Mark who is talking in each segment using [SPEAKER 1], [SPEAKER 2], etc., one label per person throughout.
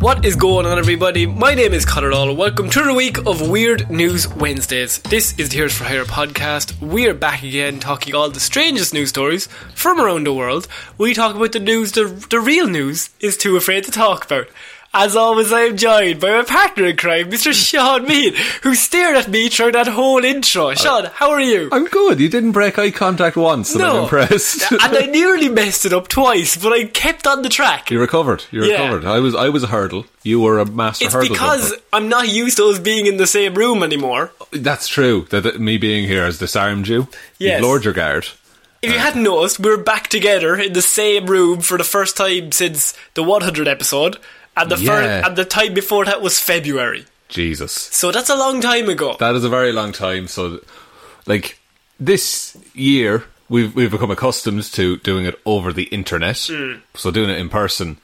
[SPEAKER 1] What is going on, everybody? My name is Connor All. Welcome to the week of Weird News Wednesdays. This is the Here's for Hire podcast. We are back again talking all the strangest news stories from around the world. We talk about the news the, the real news is too afraid to talk about. As always, I am joined by my partner in crime, Mr. Sean Mead, who stared at me through that whole intro. Sean, how are you?
[SPEAKER 2] I'm good. You didn't break eye contact once, and I'm impressed.
[SPEAKER 1] and I nearly messed it up twice, but I kept on the track.
[SPEAKER 2] you recovered. You
[SPEAKER 1] Yeah.
[SPEAKER 2] recovered. I was. I was a hurdle. You were a master
[SPEAKER 1] It's
[SPEAKER 2] hurdle.
[SPEAKER 1] because
[SPEAKER 2] jumper.
[SPEAKER 1] I'm not used to us being in the same room anymore.
[SPEAKER 2] that's true. That, that me being here has disarmed you.
[SPEAKER 1] Yes.
[SPEAKER 2] You've lowered your guard.
[SPEAKER 1] If you hadn't noticed, we were back together in the same room for the first time since the 100 episode, and the
[SPEAKER 2] Yeah.
[SPEAKER 1] first, and the time before that was February.
[SPEAKER 2] Jesus,
[SPEAKER 1] So that's a long time ago.
[SPEAKER 2] that is a very long time. So, like this year, we've we've become accustomed to doing it over the internet.
[SPEAKER 1] Hmm.
[SPEAKER 2] So doing it in person.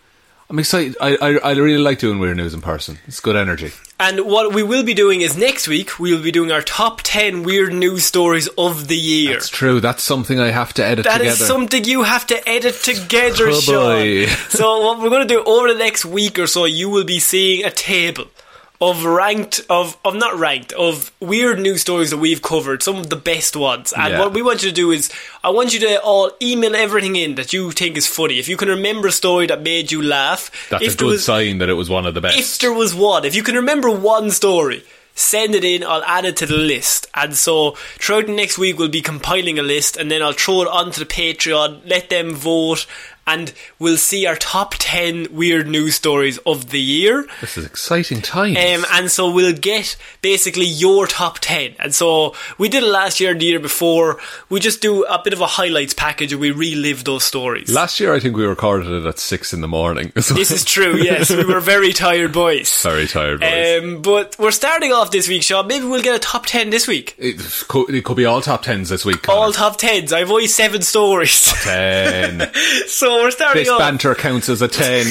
[SPEAKER 2] I'm excited. I, I I really like doing weird news in person. It's good energy.
[SPEAKER 1] and what we will be doing is next week we'll be doing our top 10 weird news stories of the year.
[SPEAKER 2] It's true. That's something I have to edit
[SPEAKER 1] That
[SPEAKER 2] together.
[SPEAKER 1] is something you have to edit together,
[SPEAKER 2] Oh,
[SPEAKER 1] Sean.
[SPEAKER 2] boy.
[SPEAKER 1] so what we're going to do over the next week or so, you will be seeing a table of ranked of of not ranked of weird news stories that we've covered, some of the best ones. And
[SPEAKER 2] Yeah.
[SPEAKER 1] what we want you to do is, I want you to all email everything in that you think is funny. If you can remember a story that made you laugh,
[SPEAKER 2] That's
[SPEAKER 1] if
[SPEAKER 2] a
[SPEAKER 1] there
[SPEAKER 2] good
[SPEAKER 1] was-
[SPEAKER 2] sign that it was one of the best.
[SPEAKER 1] if there was one, if you can remember one story, send it in. I'll add it to the list. And so throughout the next week, we'll be compiling a list, and then I'll throw it onto the Patreon. Let them vote, and we'll see our top ten weird news stories of the year.
[SPEAKER 2] This is exciting times.
[SPEAKER 1] Um, and so we'll get basically your top 10. And so we did it last year and the year before. We just do a bit of a highlights package and we relive those stories.
[SPEAKER 2] Last year, I think we recorded it at six in the morning.
[SPEAKER 1] this is true, yes. We were very tired boys.
[SPEAKER 2] very tired. boys.
[SPEAKER 1] Um, but we're starting off this week, Sean. Maybe we'll get a top 10 this week.
[SPEAKER 2] it, could, it could be all top tens this week. Connor.
[SPEAKER 1] All top 10s. I've only seven stories.
[SPEAKER 2] ten.
[SPEAKER 1] so we're starting
[SPEAKER 2] this
[SPEAKER 1] off.
[SPEAKER 2] banter counts as a ten.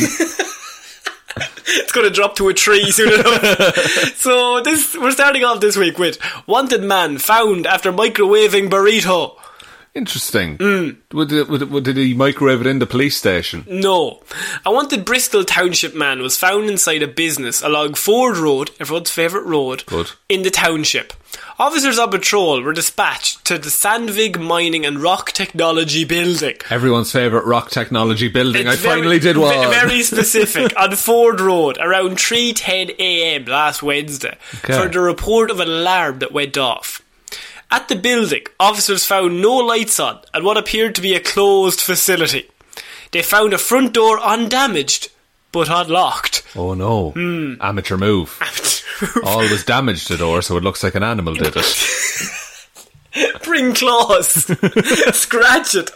[SPEAKER 1] It's going to drop to a tree soon enough. so this we're starting off this week with Wanted Man found after microwaving burrito.
[SPEAKER 2] Interesting.
[SPEAKER 1] Mm.
[SPEAKER 2] Would, it- would, it- would- did he microwave it in the police station?
[SPEAKER 1] No. A wanted Bristol Township man was found inside a business along Ford Road, everyone's favourite road,
[SPEAKER 2] Good.
[SPEAKER 1] in the township. Officers on patrol were dispatched to the Sandvig Mining and Rock Technology Building.
[SPEAKER 2] Everyone's favorite rock technology building. I
[SPEAKER 1] It's very-
[SPEAKER 2] finally did
[SPEAKER 1] ve-
[SPEAKER 2] one.
[SPEAKER 1] Very specific on Ford Road around 3:10 a.m. last Wednesday
[SPEAKER 2] Okay.
[SPEAKER 1] for the report of an alarm that went off. At the building, officers found no lights on and what appeared to be a closed facility. They found a front door undamaged but unlocked.
[SPEAKER 2] Oh no.
[SPEAKER 1] Mm.
[SPEAKER 2] Amateur move. All was damaged to the door, so it looks like an animal did it.
[SPEAKER 1] Bring claws. Scratch it.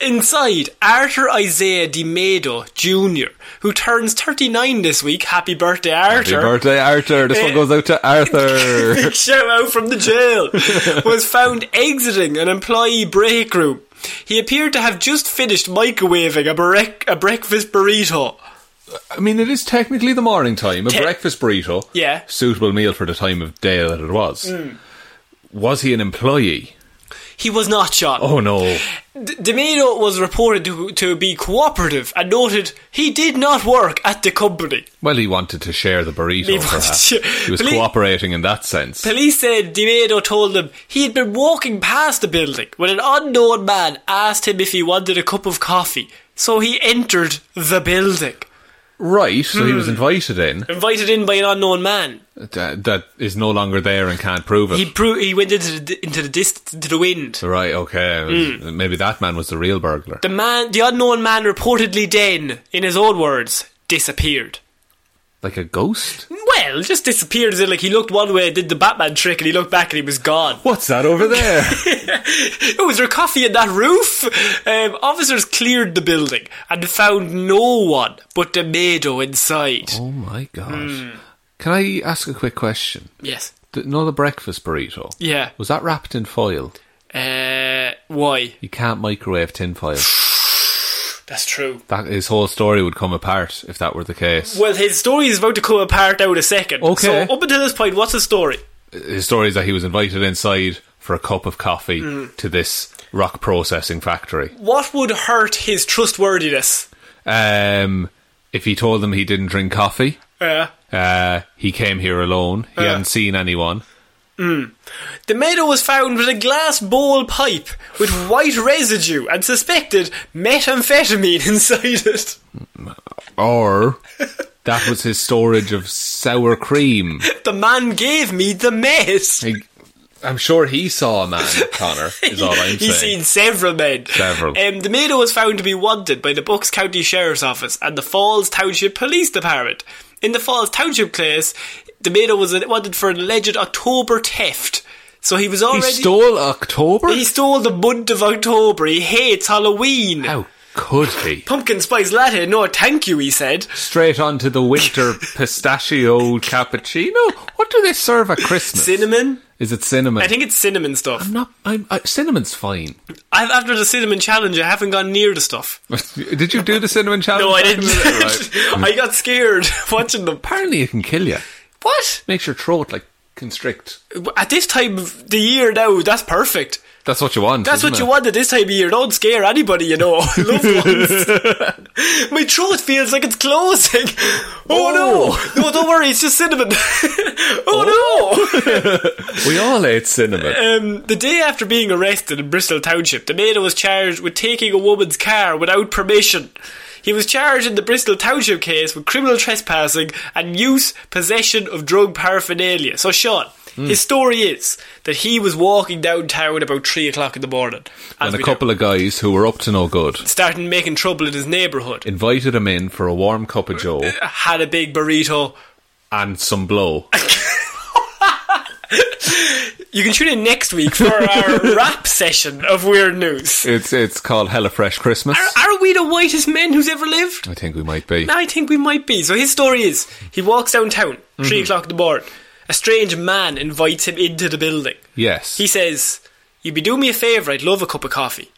[SPEAKER 1] Inside, Arthur Isaiah DiMedo Jr., who turns 39 this week. Happy birthday,
[SPEAKER 2] Happy
[SPEAKER 1] Arthur.
[SPEAKER 2] birthday, Arthur. This one goes out to Arthur.
[SPEAKER 1] Big shout out from the jail. was found exiting an employee break room. He appeared to have just finished microwaving a, break- a breakfast burrito.
[SPEAKER 2] I mean, it is technically the morning time. A
[SPEAKER 1] Te-
[SPEAKER 2] breakfast burrito.
[SPEAKER 1] Yeah. Mm.
[SPEAKER 2] Suitable meal for the time of day that it was. Was he an employee?
[SPEAKER 1] He was not shot.
[SPEAKER 2] Oh no.
[SPEAKER 1] D- DeMedo was reported to, to be cooperative and noted he did not work at the company.
[SPEAKER 2] Well, he wanted to share the burrito.
[SPEAKER 1] He wanted
[SPEAKER 2] perhaps.
[SPEAKER 1] to-
[SPEAKER 2] he was
[SPEAKER 1] Believe-
[SPEAKER 2] cooperating in that sense.
[SPEAKER 1] Police said DeMedo told them he had been walking past the building when an unknown man asked him if he wanted a cup of coffee, so he entered the building.
[SPEAKER 2] right, so he
[SPEAKER 1] Mm.
[SPEAKER 2] was invited in.
[SPEAKER 1] Invited in by an unknown man,
[SPEAKER 2] That, that is no longer there and can't prove it.
[SPEAKER 1] he pro- he went into the, into the dist- into the wind.
[SPEAKER 2] right, okay. Maybe that man was the real burglar.
[SPEAKER 1] Mm. The man, the unknown man, reportedly then, in his own words, disappeared.
[SPEAKER 2] like a ghost?
[SPEAKER 1] Well, just disappeared as in like he looked one way, did the Batman trick, and he looked back and he was gone.
[SPEAKER 2] What's that over there?
[SPEAKER 1] Oh, was there coffee in that roof? Um, officers cleared the building and found no one but the Mado inside.
[SPEAKER 2] oh my gosh.
[SPEAKER 1] Mm.
[SPEAKER 2] Can I ask a quick question?
[SPEAKER 1] Yes.
[SPEAKER 2] D- No, the breakfast burrito.
[SPEAKER 1] Yeah.
[SPEAKER 2] Was that wrapped in foil?
[SPEAKER 1] Uh, why?
[SPEAKER 2] You can't microwave tin foil.
[SPEAKER 1] That's true.
[SPEAKER 2] That his whole story would come apart if that were the case.
[SPEAKER 1] Well, his story is about to come apart now in a second.
[SPEAKER 2] Okay.
[SPEAKER 1] So, up until this point, what's his story?
[SPEAKER 2] his story is that he was invited inside for a cup of coffee
[SPEAKER 1] Hmm.
[SPEAKER 2] to this rock processing factory.
[SPEAKER 1] What would hurt his trustworthiness?
[SPEAKER 2] Um, if he told them he didn't drink coffee,
[SPEAKER 1] Uh,
[SPEAKER 2] uh, he came here alone. He
[SPEAKER 1] Uh.
[SPEAKER 2] hadn't seen anyone.
[SPEAKER 1] the meadow was found with a glass bowl pipe with white residue and suspected methamphetamine inside it.
[SPEAKER 2] Or that was his storage of sour cream.
[SPEAKER 1] The man gave me the mess.
[SPEAKER 2] I, I'm sure he saw a man, Connor, is all I'm
[SPEAKER 1] He's
[SPEAKER 2] saying.
[SPEAKER 1] seen several men.
[SPEAKER 2] Several.
[SPEAKER 1] Um, the maid was found to be wanted by the Bucks County Sheriff's Office and the Falls Township Police Department. In the Falls Township case, the maid was wanted for an alleged October theft. So he was
[SPEAKER 2] He
[SPEAKER 1] already.
[SPEAKER 2] stole October?
[SPEAKER 1] He stole the month of October. He hates Halloween.
[SPEAKER 2] How could he?
[SPEAKER 1] Pumpkin spice latte, no thank you, he said.
[SPEAKER 2] Straight onto the winter pistachio cappuccino? What do they serve at Christmas?
[SPEAKER 1] Cinnamon?
[SPEAKER 2] Is it cinnamon?
[SPEAKER 1] I think it's cinnamon stuff.
[SPEAKER 2] I'm not. I'm, I, cinnamon's fine.
[SPEAKER 1] I've, after the cinnamon challenge, I haven't gone near the stuff.
[SPEAKER 2] Did you do the cinnamon challenge?
[SPEAKER 1] No, I didn't.
[SPEAKER 2] Right.
[SPEAKER 1] I got scared watching them.
[SPEAKER 2] Apparently, it can kill you.
[SPEAKER 1] What?
[SPEAKER 2] Makes your throat like constrict.
[SPEAKER 1] At this time of the year now, that's perfect.
[SPEAKER 2] That's what you want.
[SPEAKER 1] That's
[SPEAKER 2] isn't
[SPEAKER 1] what
[SPEAKER 2] it?
[SPEAKER 1] you want at this time of year. Don't scare anybody, you know. Loved ones. My throat feels like it's closing. Oh, no. No, don't worry, it's just cinnamon. oh,
[SPEAKER 2] We all ate cinnamon.
[SPEAKER 1] no. Um, the day after being arrested in Bristol Township, the man was charged with taking a woman's car without permission. He was charged in the Bristol Township case with criminal trespassing and use, possession of drug paraphernalia. So, Sean,
[SPEAKER 2] Hmm.
[SPEAKER 1] his story is that he was walking downtown about 3 o'clock in the morning. as
[SPEAKER 2] and a
[SPEAKER 1] we do.
[SPEAKER 2] couple of guys who were up to no good
[SPEAKER 1] starting making trouble in his neighbourhood.
[SPEAKER 2] invited him in for a warm cup of joe
[SPEAKER 1] Had a big burrito.
[SPEAKER 2] and some blow.
[SPEAKER 1] You can tune in next week for our rap session of Weird News.
[SPEAKER 2] It's it's called HelloFresh Christmas.
[SPEAKER 1] Are, are we the whitest men who's ever lived?
[SPEAKER 2] I think we might be.
[SPEAKER 1] I think we might be. So his story is he walks downtown, 3
[SPEAKER 2] Mm-hmm.
[SPEAKER 1] o'clock in the morning. A strange man invites him into the building.
[SPEAKER 2] Yes,
[SPEAKER 1] He says, You'd be doing me a favour, I'd love a cup of coffee.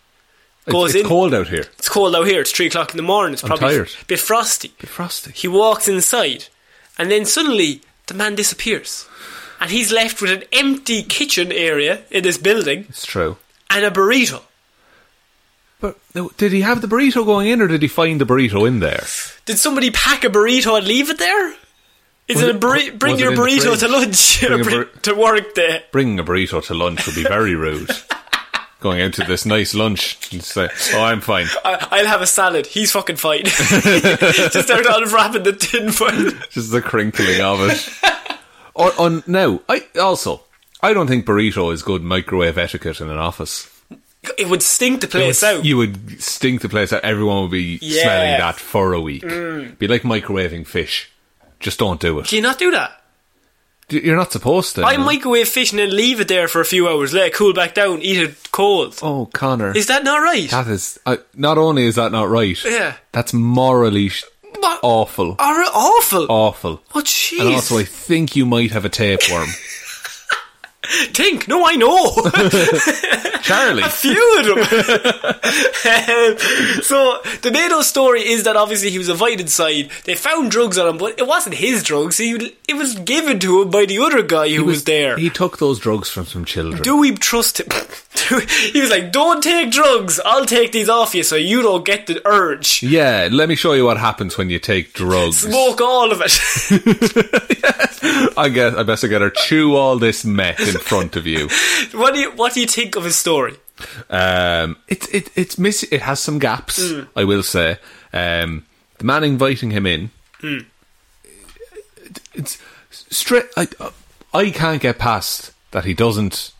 [SPEAKER 2] It-
[SPEAKER 1] goes
[SPEAKER 2] it's
[SPEAKER 1] in-
[SPEAKER 2] cold out here.
[SPEAKER 1] It's cold out here, it's 3 o'clock in the morning, it's
[SPEAKER 2] I'm
[SPEAKER 1] probably
[SPEAKER 2] tired.
[SPEAKER 1] a bit frosty.
[SPEAKER 2] Frosty.
[SPEAKER 1] He walks inside, and then suddenly the man disappears. And he's left with an empty kitchen area in this building
[SPEAKER 2] It's true.
[SPEAKER 1] and a burrito.
[SPEAKER 2] But no, did he have the burrito going in, or did he find the burrito in there?
[SPEAKER 1] Did somebody pack a burrito and leave it there? Is
[SPEAKER 2] Was
[SPEAKER 1] it a
[SPEAKER 2] it-
[SPEAKER 1] burri-
[SPEAKER 2] was
[SPEAKER 1] bring
[SPEAKER 2] it
[SPEAKER 1] your
[SPEAKER 2] in the
[SPEAKER 1] burrito
[SPEAKER 2] fridge?
[SPEAKER 1] to lunch
[SPEAKER 2] Bring a
[SPEAKER 1] bring-
[SPEAKER 2] bur-
[SPEAKER 1] to work day?
[SPEAKER 2] Bringing a burrito to lunch would be very rude. Going into this nice lunch and say, "Oh, I'm fine."
[SPEAKER 1] I- I'll have a salad. He's fucking fine. Just out unwrapping the tin foil.
[SPEAKER 2] Just the crinkling of it. or on now, I also I don't think burrito is good microwave etiquette in an office.
[SPEAKER 1] It would stink the place
[SPEAKER 2] It would-
[SPEAKER 1] out.
[SPEAKER 2] You would stink the place out. Everyone would be
[SPEAKER 1] Yeah. Mm.
[SPEAKER 2] smelling that for a week. Be like microwaving fish. Just don't do it.
[SPEAKER 1] Can you not do that?
[SPEAKER 2] D- You're not supposed to.
[SPEAKER 1] I
[SPEAKER 2] you know.
[SPEAKER 1] microwave fish and then leave it there for a few hours, let it cool back down, eat it cold.
[SPEAKER 2] Oh, Connor.
[SPEAKER 1] Is that not right?
[SPEAKER 2] that is. I not only is that not right.
[SPEAKER 1] Yeah.
[SPEAKER 2] That's morally sh-
[SPEAKER 1] What?
[SPEAKER 2] awful.
[SPEAKER 1] Are it awful?
[SPEAKER 2] awful.
[SPEAKER 1] oh, jeez.
[SPEAKER 2] And also, I think you might have a tapeworm.
[SPEAKER 1] Think. No, I know.
[SPEAKER 2] Charlie.
[SPEAKER 1] a few of them. um, so the NATO story is that obviously he was invited inside. They found drugs on him, but it wasn't his drugs. He it was given to him by the other guy who was, there.
[SPEAKER 2] He took those drugs from some children.
[SPEAKER 1] do we trust him? he was like, "Don't take drugs. I'll take these off you, so you don't get the urge."
[SPEAKER 2] yeah, let me show you what happens when you take drugs.
[SPEAKER 1] Smoke all of it.
[SPEAKER 2] I guess I best get her chew all this meth in front of you.
[SPEAKER 1] what do you What do you think of his story?
[SPEAKER 2] Um, it, it, it's miss. It has some gaps,
[SPEAKER 1] Hmm.
[SPEAKER 2] I will say. Um, the man inviting him in,
[SPEAKER 1] Hmm.
[SPEAKER 2] it- it's straight. I, I can't get past that he doesn't.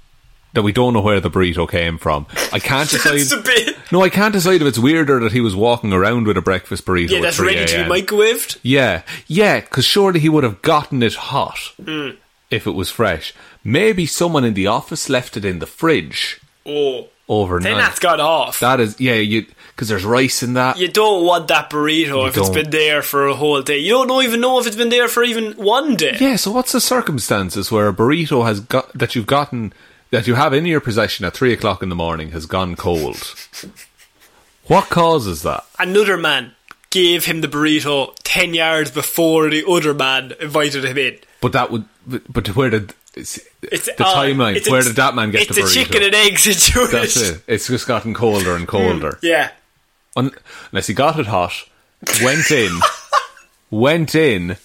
[SPEAKER 2] That we don't know where the burrito came from. I can't decide.
[SPEAKER 1] That's the bit.
[SPEAKER 2] No, I can't decide if it's weirder that he was walking around with a breakfast burrito.
[SPEAKER 1] Yeah,
[SPEAKER 2] at
[SPEAKER 1] that's
[SPEAKER 2] 3
[SPEAKER 1] ready to be
[SPEAKER 2] a.m..
[SPEAKER 1] microwaved.
[SPEAKER 2] Yeah, yeah, because surely he would have gotten it hot
[SPEAKER 1] Hmm.
[SPEAKER 2] if it was fresh. Maybe someone in the office left it in the fridge
[SPEAKER 1] Oh,
[SPEAKER 2] overnight.
[SPEAKER 1] then that's got off.
[SPEAKER 2] That is, yeah, you because there's rice in that.
[SPEAKER 1] You don't want that burrito if it's
[SPEAKER 2] don't.
[SPEAKER 1] been there for a whole day. You don't know, even know if it's been there for even one day.
[SPEAKER 2] yeah. So what's the circumstances where a burrito has got that you've gotten that you have in your possession at three o'clock in the morning has gone cold? what causes that?
[SPEAKER 1] Another man gave him the burrito 10 yards before the other man invited him in.
[SPEAKER 2] But that would, but, but where did it's,
[SPEAKER 1] It's
[SPEAKER 2] the
[SPEAKER 1] uh,
[SPEAKER 2] timeline?
[SPEAKER 1] it's a-
[SPEAKER 2] where did that man get
[SPEAKER 1] it's
[SPEAKER 2] the burrito?
[SPEAKER 1] a chicken and egg Mm. situation.
[SPEAKER 2] That's it. It's just gotten colder and colder.
[SPEAKER 1] Yeah.
[SPEAKER 2] Un- unless he got it hot, went in, went in.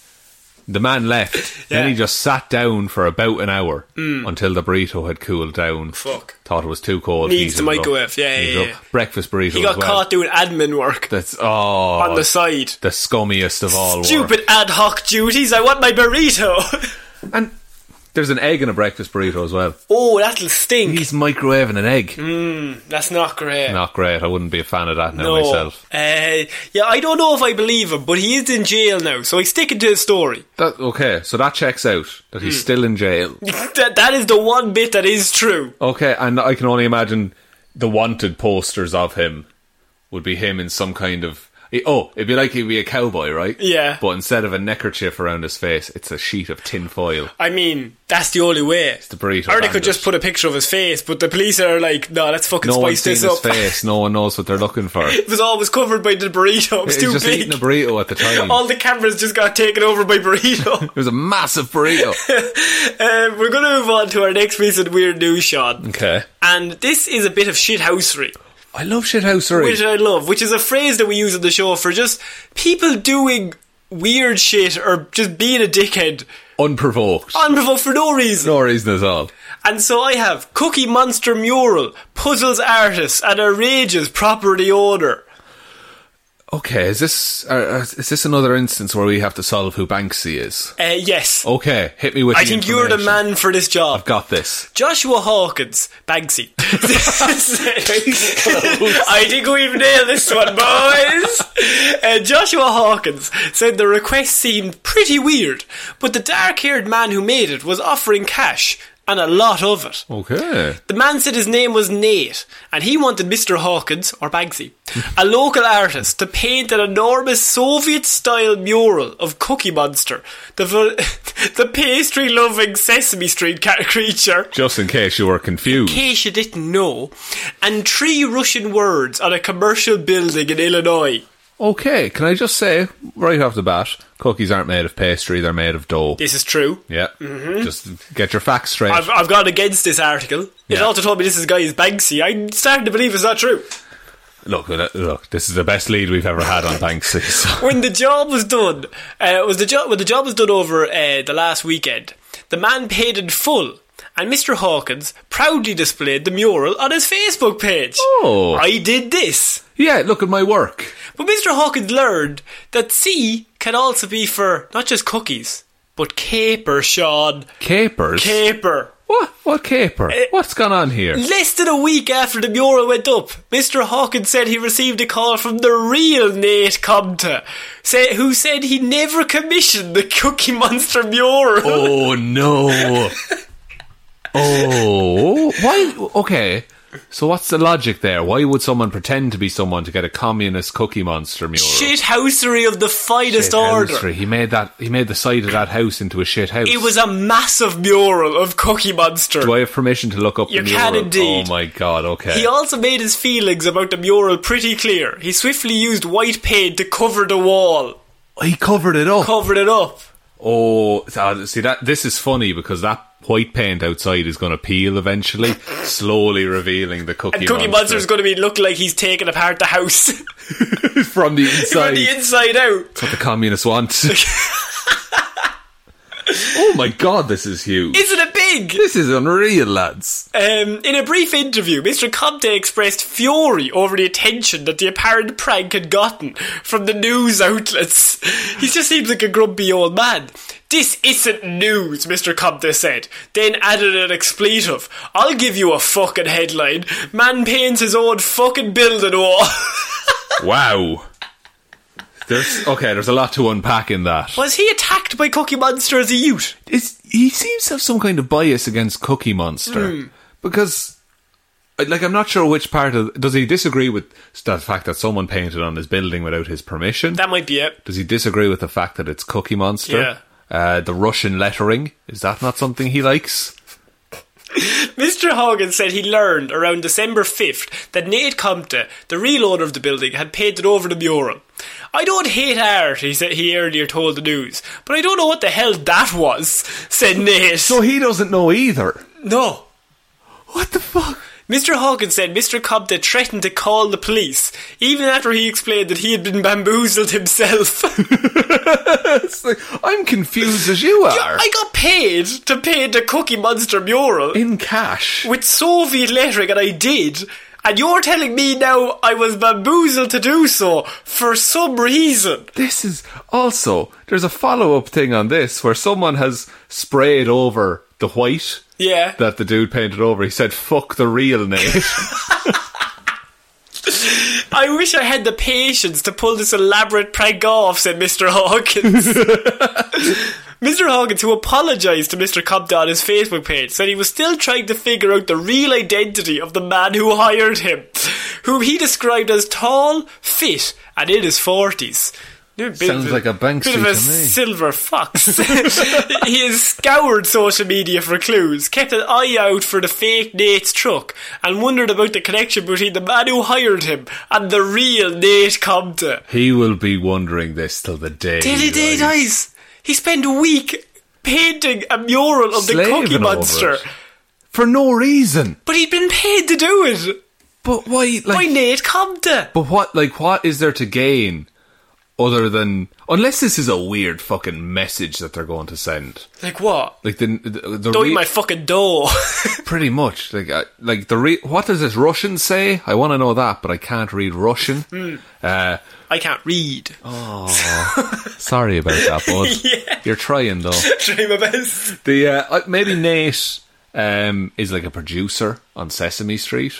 [SPEAKER 2] The man left. Then
[SPEAKER 1] Yeah. Mm.
[SPEAKER 2] he just sat down for about an hour until the burrito had cooled down.
[SPEAKER 1] Fuck.
[SPEAKER 2] Thought it was too cold.
[SPEAKER 1] Needs
[SPEAKER 2] heated
[SPEAKER 1] to
[SPEAKER 2] it up,
[SPEAKER 1] microwave. Yeah,
[SPEAKER 2] heated
[SPEAKER 1] yeah,
[SPEAKER 2] it
[SPEAKER 1] yeah.
[SPEAKER 2] up. Breakfast burrito.
[SPEAKER 1] He got
[SPEAKER 2] as well.
[SPEAKER 1] caught doing admin work
[SPEAKER 2] That's oh,
[SPEAKER 1] on the side.
[SPEAKER 2] the scummiest of all. work.
[SPEAKER 1] Stupid ad hoc duties. I want my burrito.
[SPEAKER 2] And there's an egg in a breakfast burrito as well.
[SPEAKER 1] oh, that'll stink.
[SPEAKER 2] He's microwaving an egg.
[SPEAKER 1] Mm. That's not great.
[SPEAKER 2] Not great. I wouldn't be a fan of that now myself.
[SPEAKER 1] Uh, yeah, I don't know if I believe him, but he is in jail now, so he's sticking to his story.
[SPEAKER 2] That, okay, so that checks out that
[SPEAKER 1] Mm.
[SPEAKER 2] he's still in jail.
[SPEAKER 1] that, that is the one bit that is true.
[SPEAKER 2] Okay, and I can only imagine the wanted posters of him would be him in some kind of. Oh, it'd be like he'd be a cowboy, right?
[SPEAKER 1] Yeah.
[SPEAKER 2] But instead of a neckerchief around his face, it's a sheet of tin foil.
[SPEAKER 1] I mean, that's the only way.
[SPEAKER 2] the burrito
[SPEAKER 1] Or they
[SPEAKER 2] bandit.
[SPEAKER 1] could just put a picture of his face, but the police are like, no, let's fucking
[SPEAKER 2] No one's
[SPEAKER 1] spice
[SPEAKER 2] seen
[SPEAKER 1] this
[SPEAKER 2] his
[SPEAKER 1] up.
[SPEAKER 2] face. No one knows what they're looking for.
[SPEAKER 1] it was always covered by the burrito. It was
[SPEAKER 2] He's
[SPEAKER 1] too
[SPEAKER 2] just
[SPEAKER 1] big.
[SPEAKER 2] eating a burrito at the time.
[SPEAKER 1] All the cameras just got taken over by burrito.
[SPEAKER 2] it was a massive burrito.
[SPEAKER 1] um, we're going to move on to our next piece of weird news, Sean.
[SPEAKER 2] okay.
[SPEAKER 1] And this is a bit of shithousery.
[SPEAKER 2] I love shithousery.
[SPEAKER 1] which I love, which is a phrase that we use on the show for just people doing weird shit or just being a dickhead
[SPEAKER 2] Unprovoked.
[SPEAKER 1] unprovoked for no reason.
[SPEAKER 2] no reason at all.
[SPEAKER 1] And so I have Cookie Monster Mural, Puzzles Artist, and Outrageous Property Owner.
[SPEAKER 2] Okay, is this uh, uh, is this another instance where we have to solve who Banksy is?
[SPEAKER 1] Uh, yes.
[SPEAKER 2] Okay, hit me with.
[SPEAKER 1] I
[SPEAKER 2] the
[SPEAKER 1] think you're the
[SPEAKER 2] information.
[SPEAKER 1] man for this job.
[SPEAKER 2] I've got this.
[SPEAKER 1] Joshua Hawkins, Banksy. I think we've nailed this one, boys. Uh, Joshua Hawkins said the request seemed pretty weird, but the dark haired man who made it was offering cash, and a lot of it.
[SPEAKER 2] Okay.
[SPEAKER 1] The man said his name was Nate, and he wanted Mr. Hawkins, or Banksy, a local artist, to paint an enormous Soviet style mural of Cookie Monster, the, vo- the pastry loving Sesame Street cat creature
[SPEAKER 2] Just in case you were confused.
[SPEAKER 1] case you didn't know, and three Russian words on a commercial building in Illinois.
[SPEAKER 2] Okay, can I just say right off the bat, cookies aren't made of pastry; they're made of dough.
[SPEAKER 1] This is true.
[SPEAKER 2] Yeah, Mm-hmm. just get your facts straight.
[SPEAKER 1] I've, I've gone against this article. It
[SPEAKER 2] Yeah.
[SPEAKER 1] also told me this is guy is Banksy. I'm starting to believe it's not true.
[SPEAKER 2] look, uh, look, this is the best lead we've ever had on Banksy. So.
[SPEAKER 1] When the job was done, uh, it was the job when the job was done over uh, the last weekend, the man paid in full, and Mr. Hawkins proudly displayed the mural on his Facebook page.
[SPEAKER 2] Oh.
[SPEAKER 1] I did this.
[SPEAKER 2] Yeah, look at my work.
[SPEAKER 1] But Mr. Hawkins learned that C can also be for not just cookies, but caper, Sean.
[SPEAKER 2] Capers.
[SPEAKER 1] Caper.
[SPEAKER 2] What? What caper? What's gone on here?
[SPEAKER 1] Less than a week after the mural went up, Mr. Hawkins said he received a call from the real Nate Comte, say, who said he never commissioned the Cookie Monster mural.
[SPEAKER 2] Oh no! oh, why? Okay, so what's the logic there? Why would someone pretend to be someone to get a communist cookie monster mural?
[SPEAKER 1] Shithousery of the finest
[SPEAKER 2] Shithouse,
[SPEAKER 1] order.
[SPEAKER 2] He made that. He made the side of that house into a shit house.
[SPEAKER 1] It was a massive mural of Cookie Monster.
[SPEAKER 2] Do I have permission to look up
[SPEAKER 1] You
[SPEAKER 2] the
[SPEAKER 1] can
[SPEAKER 2] mural?
[SPEAKER 1] indeed.
[SPEAKER 2] Oh my god! Okay.
[SPEAKER 1] He also made his feelings about the mural pretty clear. He swiftly used white paint to cover the wall,
[SPEAKER 2] He covered it up.
[SPEAKER 1] covered it up.
[SPEAKER 2] Oh, uh, see that this is funny because that white paint outside is going to peel eventually, slowly revealing the cookie.
[SPEAKER 1] And Cookie Monster is going to be look like he's taking apart the house
[SPEAKER 2] to from the
[SPEAKER 1] from
[SPEAKER 2] inside.
[SPEAKER 1] the inside out.
[SPEAKER 2] That's what the communists want. oh my god, this is huge.
[SPEAKER 1] Isn't it big?
[SPEAKER 2] this is unreal, lads.
[SPEAKER 1] Um, in a brief interview, Mr. Comte expressed fury over the attention that the apparent prank had gotten from the news outlets. He just seems like a grumpy old man. This isn't news, Mr. Comte said, then added an expletive. I'll give you a fucking headline. Man paints his own fucking building wall.
[SPEAKER 2] Wow. There's okay. There's a lot to unpack in that.
[SPEAKER 1] Was he attacked by Cookie Monster as a youth?
[SPEAKER 2] It's, he seems to have some kind of bias against Cookie Monster
[SPEAKER 1] Hmm.
[SPEAKER 2] because, I- like, I'm not sure which part of does he disagree with the fact that someone painted on his building without his permission?
[SPEAKER 1] That might be it.
[SPEAKER 2] does he disagree with the fact that it's Cookie Monster?
[SPEAKER 1] Yeah.
[SPEAKER 2] Uh, the Russian lettering is that not something he likes?
[SPEAKER 1] Mr. Hogan said he learned around December 5th that Nate Compte, the real owner of the building, had painted over the mural. I don't hate art, he said he earlier told the news, but I don't know what the hell that was, said Nate.
[SPEAKER 2] So he doesn't know either.
[SPEAKER 1] no.
[SPEAKER 2] What the fuck?
[SPEAKER 1] Mr. Hawkins said Mr. Compte threatened to call the police, even after he explained that he had been bamboozled himself.
[SPEAKER 2] It's like, I'm confused as you are.
[SPEAKER 1] I got paid to paint a Cookie Monster mural
[SPEAKER 2] in cash.
[SPEAKER 1] with Soviet lettering, and I did. And you're telling me now I was bamboozled to do so for some reason.
[SPEAKER 2] This is also there's a follow up thing on this where someone has sprayed over the white
[SPEAKER 1] Yeah.
[SPEAKER 2] that the dude painted over. He said, "Fuck the real name."
[SPEAKER 1] I wish I had the patience to pull this elaborate prank off, said Mr. Hawkins. Mr. Hawkins, who apologised to Mr. Compton on his Facebook page, said he was still trying to figure out the real identity of the man who hired him, whom he described as tall, fit, and in his 40s.
[SPEAKER 2] Sounds like a Banksy
[SPEAKER 1] bit of
[SPEAKER 2] to
[SPEAKER 1] a
[SPEAKER 2] me.
[SPEAKER 1] silver fox. he has scoured social media for clues, kept an eye out for the fake Nate's truck, and wondered about the connection between the man who hired him and the real Nate Compton.
[SPEAKER 2] he will be wondering this till the day.
[SPEAKER 1] Dilly day
[SPEAKER 2] he dies.
[SPEAKER 1] dies. He spent a week painting a mural of the
[SPEAKER 2] Slaving
[SPEAKER 1] Cookie
[SPEAKER 2] over
[SPEAKER 1] Monster,
[SPEAKER 2] it. for no reason.
[SPEAKER 1] but he'd been paid to do it
[SPEAKER 2] But why? Like,
[SPEAKER 1] by Nate Compton.
[SPEAKER 2] But what, like, what is there to gain other than unless this is a weird fucking message that they're going to send?
[SPEAKER 1] Like what?
[SPEAKER 2] Like the the, the
[SPEAKER 1] Don't
[SPEAKER 2] re-
[SPEAKER 1] eat my fucking dough.
[SPEAKER 2] pretty much like uh, like the re- what does this Russian say? I want to know that, but I can't read Russian. Uh,
[SPEAKER 1] I can't read.
[SPEAKER 2] Oh. sorry about that, bud. You're trying though.
[SPEAKER 1] Try my best.
[SPEAKER 2] The uh, uh, maybe Nate um, is like a producer on Sesame Street.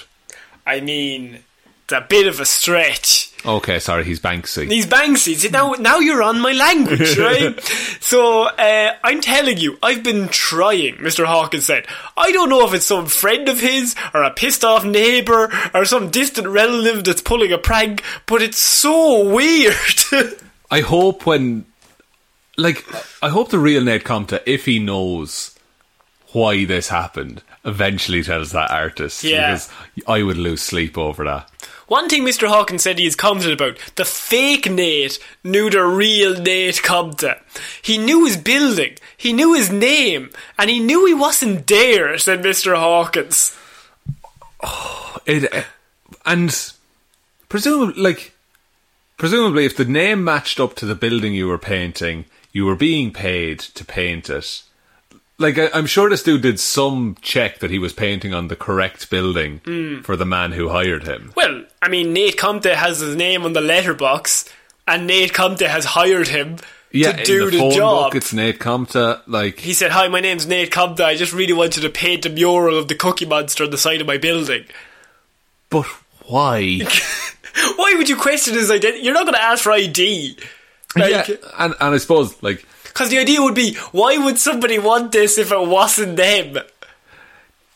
[SPEAKER 1] I mean, it's a bit of a stretch.
[SPEAKER 2] Okay, sorry, he's Banksy.
[SPEAKER 1] These Banksy. See, now, now you're on my language, right? so, uh, I'm telling you, I've been trying, Mr. Hawkins said. I don't know if it's some friend of his, or a pissed off neighbour, or some distant relative that's pulling a prank, but it's so weird.
[SPEAKER 2] I hope when, like, I hope the real Ned Comta, if he knows why this happened, eventually tells that artist.
[SPEAKER 1] Yeah.
[SPEAKER 2] Because I would lose sleep over that.
[SPEAKER 1] One thing Mr. Hawkins said he is confident about the fake Nate knew the real Nate Compton. He knew his building, he knew his name, and he knew he wasn't there, said Mr. Hawkins.
[SPEAKER 2] It, uh, and presumably, like, presumably, if the name matched up to the building you were painting, you were being paid to paint it. Like, I, I'm sure this dude did some check that he was painting on the correct building
[SPEAKER 1] Mm.
[SPEAKER 2] for the man who hired him.
[SPEAKER 1] Well, I mean, Nate Comte has his name on the letterbox, and Nate Comte has hired him.
[SPEAKER 2] yeah,
[SPEAKER 1] to do
[SPEAKER 2] in
[SPEAKER 1] the,
[SPEAKER 2] the, phone
[SPEAKER 1] job.
[SPEAKER 2] book, it's Nate Comta. Like
[SPEAKER 1] he said, "Hi, my name's Nate Comta. I just really wanted to paint a mural of the Cookie Monster on the side of my building."
[SPEAKER 2] But why?
[SPEAKER 1] Why would you question his identity? You're not going to ask for ID. Like,
[SPEAKER 2] yeah, and and I suppose like
[SPEAKER 1] Because the idea would be, why would somebody want this if it wasn't them?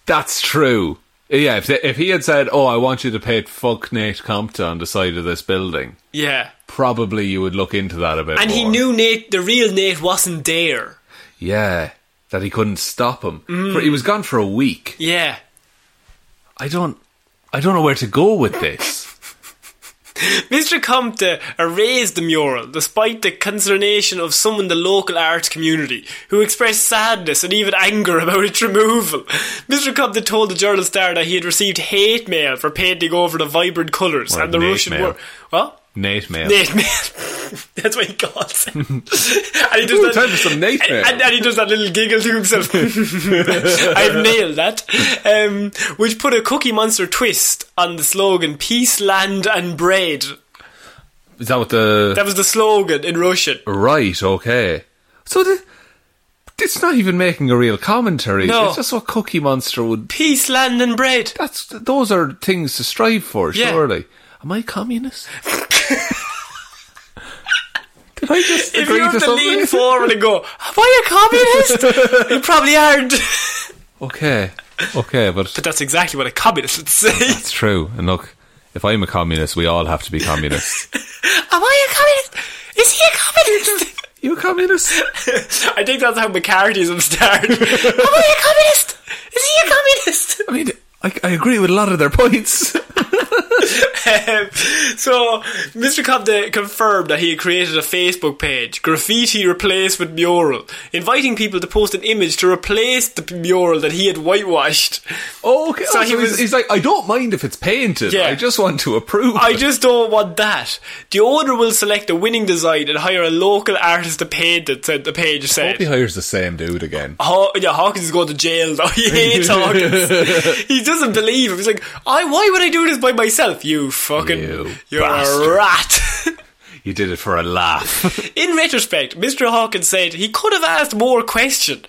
[SPEAKER 2] that's true. Yeah, if they, if he had said, "Oh, I want you to paint fuck Nate Compta on the side of this building,"
[SPEAKER 1] Yeah.
[SPEAKER 2] probably you would look into that a bit.
[SPEAKER 1] And he
[SPEAKER 2] more.
[SPEAKER 1] knew Nate, the real Nate, wasn't there.
[SPEAKER 2] yeah, that he couldn't stop him.
[SPEAKER 1] Mm.
[SPEAKER 2] For, he was gone for a week.
[SPEAKER 1] Yeah.
[SPEAKER 2] I don't, I don't know where to go with this.
[SPEAKER 1] Mr. Comte erased the mural despite the consternation of some in the local arts community who expressed sadness and even anger about its removal. Mr. Comte told the Journal Star that he had received hate mail for painting over the vibrant colours
[SPEAKER 2] Or
[SPEAKER 1] and the
[SPEAKER 2] Nate
[SPEAKER 1] Russian
[SPEAKER 2] mail.
[SPEAKER 1] war. What?
[SPEAKER 2] Nate Mail.
[SPEAKER 1] Nate mail. That's what he calls it. and he does
[SPEAKER 2] Ooh,
[SPEAKER 1] that,
[SPEAKER 2] time for some Nate mail.
[SPEAKER 1] And, and he does that little giggle to himself. I've nailed that. Um, which put a Cookie Monster twist on the slogan Peace, Land and Bread.
[SPEAKER 2] Is that what the
[SPEAKER 1] That was the slogan in Russian.
[SPEAKER 2] right? Okay, so the, it's not even making a real commentary.
[SPEAKER 1] No.
[SPEAKER 2] It's just what Cookie Monster would.
[SPEAKER 1] Peace, land, and bread.
[SPEAKER 2] That's those are things to strive for.
[SPEAKER 1] Yeah.
[SPEAKER 2] Surely, am I communist? Did I just
[SPEAKER 1] If
[SPEAKER 2] agree
[SPEAKER 1] you
[SPEAKER 2] to
[SPEAKER 1] have to
[SPEAKER 2] something?
[SPEAKER 1] lean forward and go, Am I a communist? you probably aren't.
[SPEAKER 2] Okay, okay, but
[SPEAKER 1] But that's exactly what a communist would say.
[SPEAKER 2] It's true. And look, if I'm a communist, we all have to be communists.
[SPEAKER 1] Am I a communist? Is he a communist?
[SPEAKER 2] you a communist?
[SPEAKER 1] I think that's how McCarthyism started. Am I a Oh, communist? Is he a communist?
[SPEAKER 2] I mean, I, I agree with a lot of their points.
[SPEAKER 1] Um, so, Mr. Cobda confirmed that he had created a Facebook page, Graffiti Replacement Mural, inviting people to post an image to replace the mural that he had whitewashed.
[SPEAKER 2] oh, okay.
[SPEAKER 1] So
[SPEAKER 2] oh,
[SPEAKER 1] he
[SPEAKER 2] so he's-
[SPEAKER 1] was-
[SPEAKER 2] he's, like, I don't mind if it's painted.
[SPEAKER 1] Yeah.
[SPEAKER 2] I just want to approve.
[SPEAKER 1] I
[SPEAKER 2] it."
[SPEAKER 1] just don't want that. The owner will select a winning design and hire a local artist to paint it, said the page
[SPEAKER 2] I hope he
[SPEAKER 1] said.
[SPEAKER 2] hires the same dude again.
[SPEAKER 1] Haw- yeah, Hawkins is going to jail though. He hates Hawkins. he doesn't believe him. He's like, I, why would I do this by myself? You fucking,
[SPEAKER 2] You
[SPEAKER 1] you are
[SPEAKER 2] bastard."
[SPEAKER 1] a rat.
[SPEAKER 2] You did it for a laugh.
[SPEAKER 1] In retrospect, Mr. Hawkins said he could have asked more question,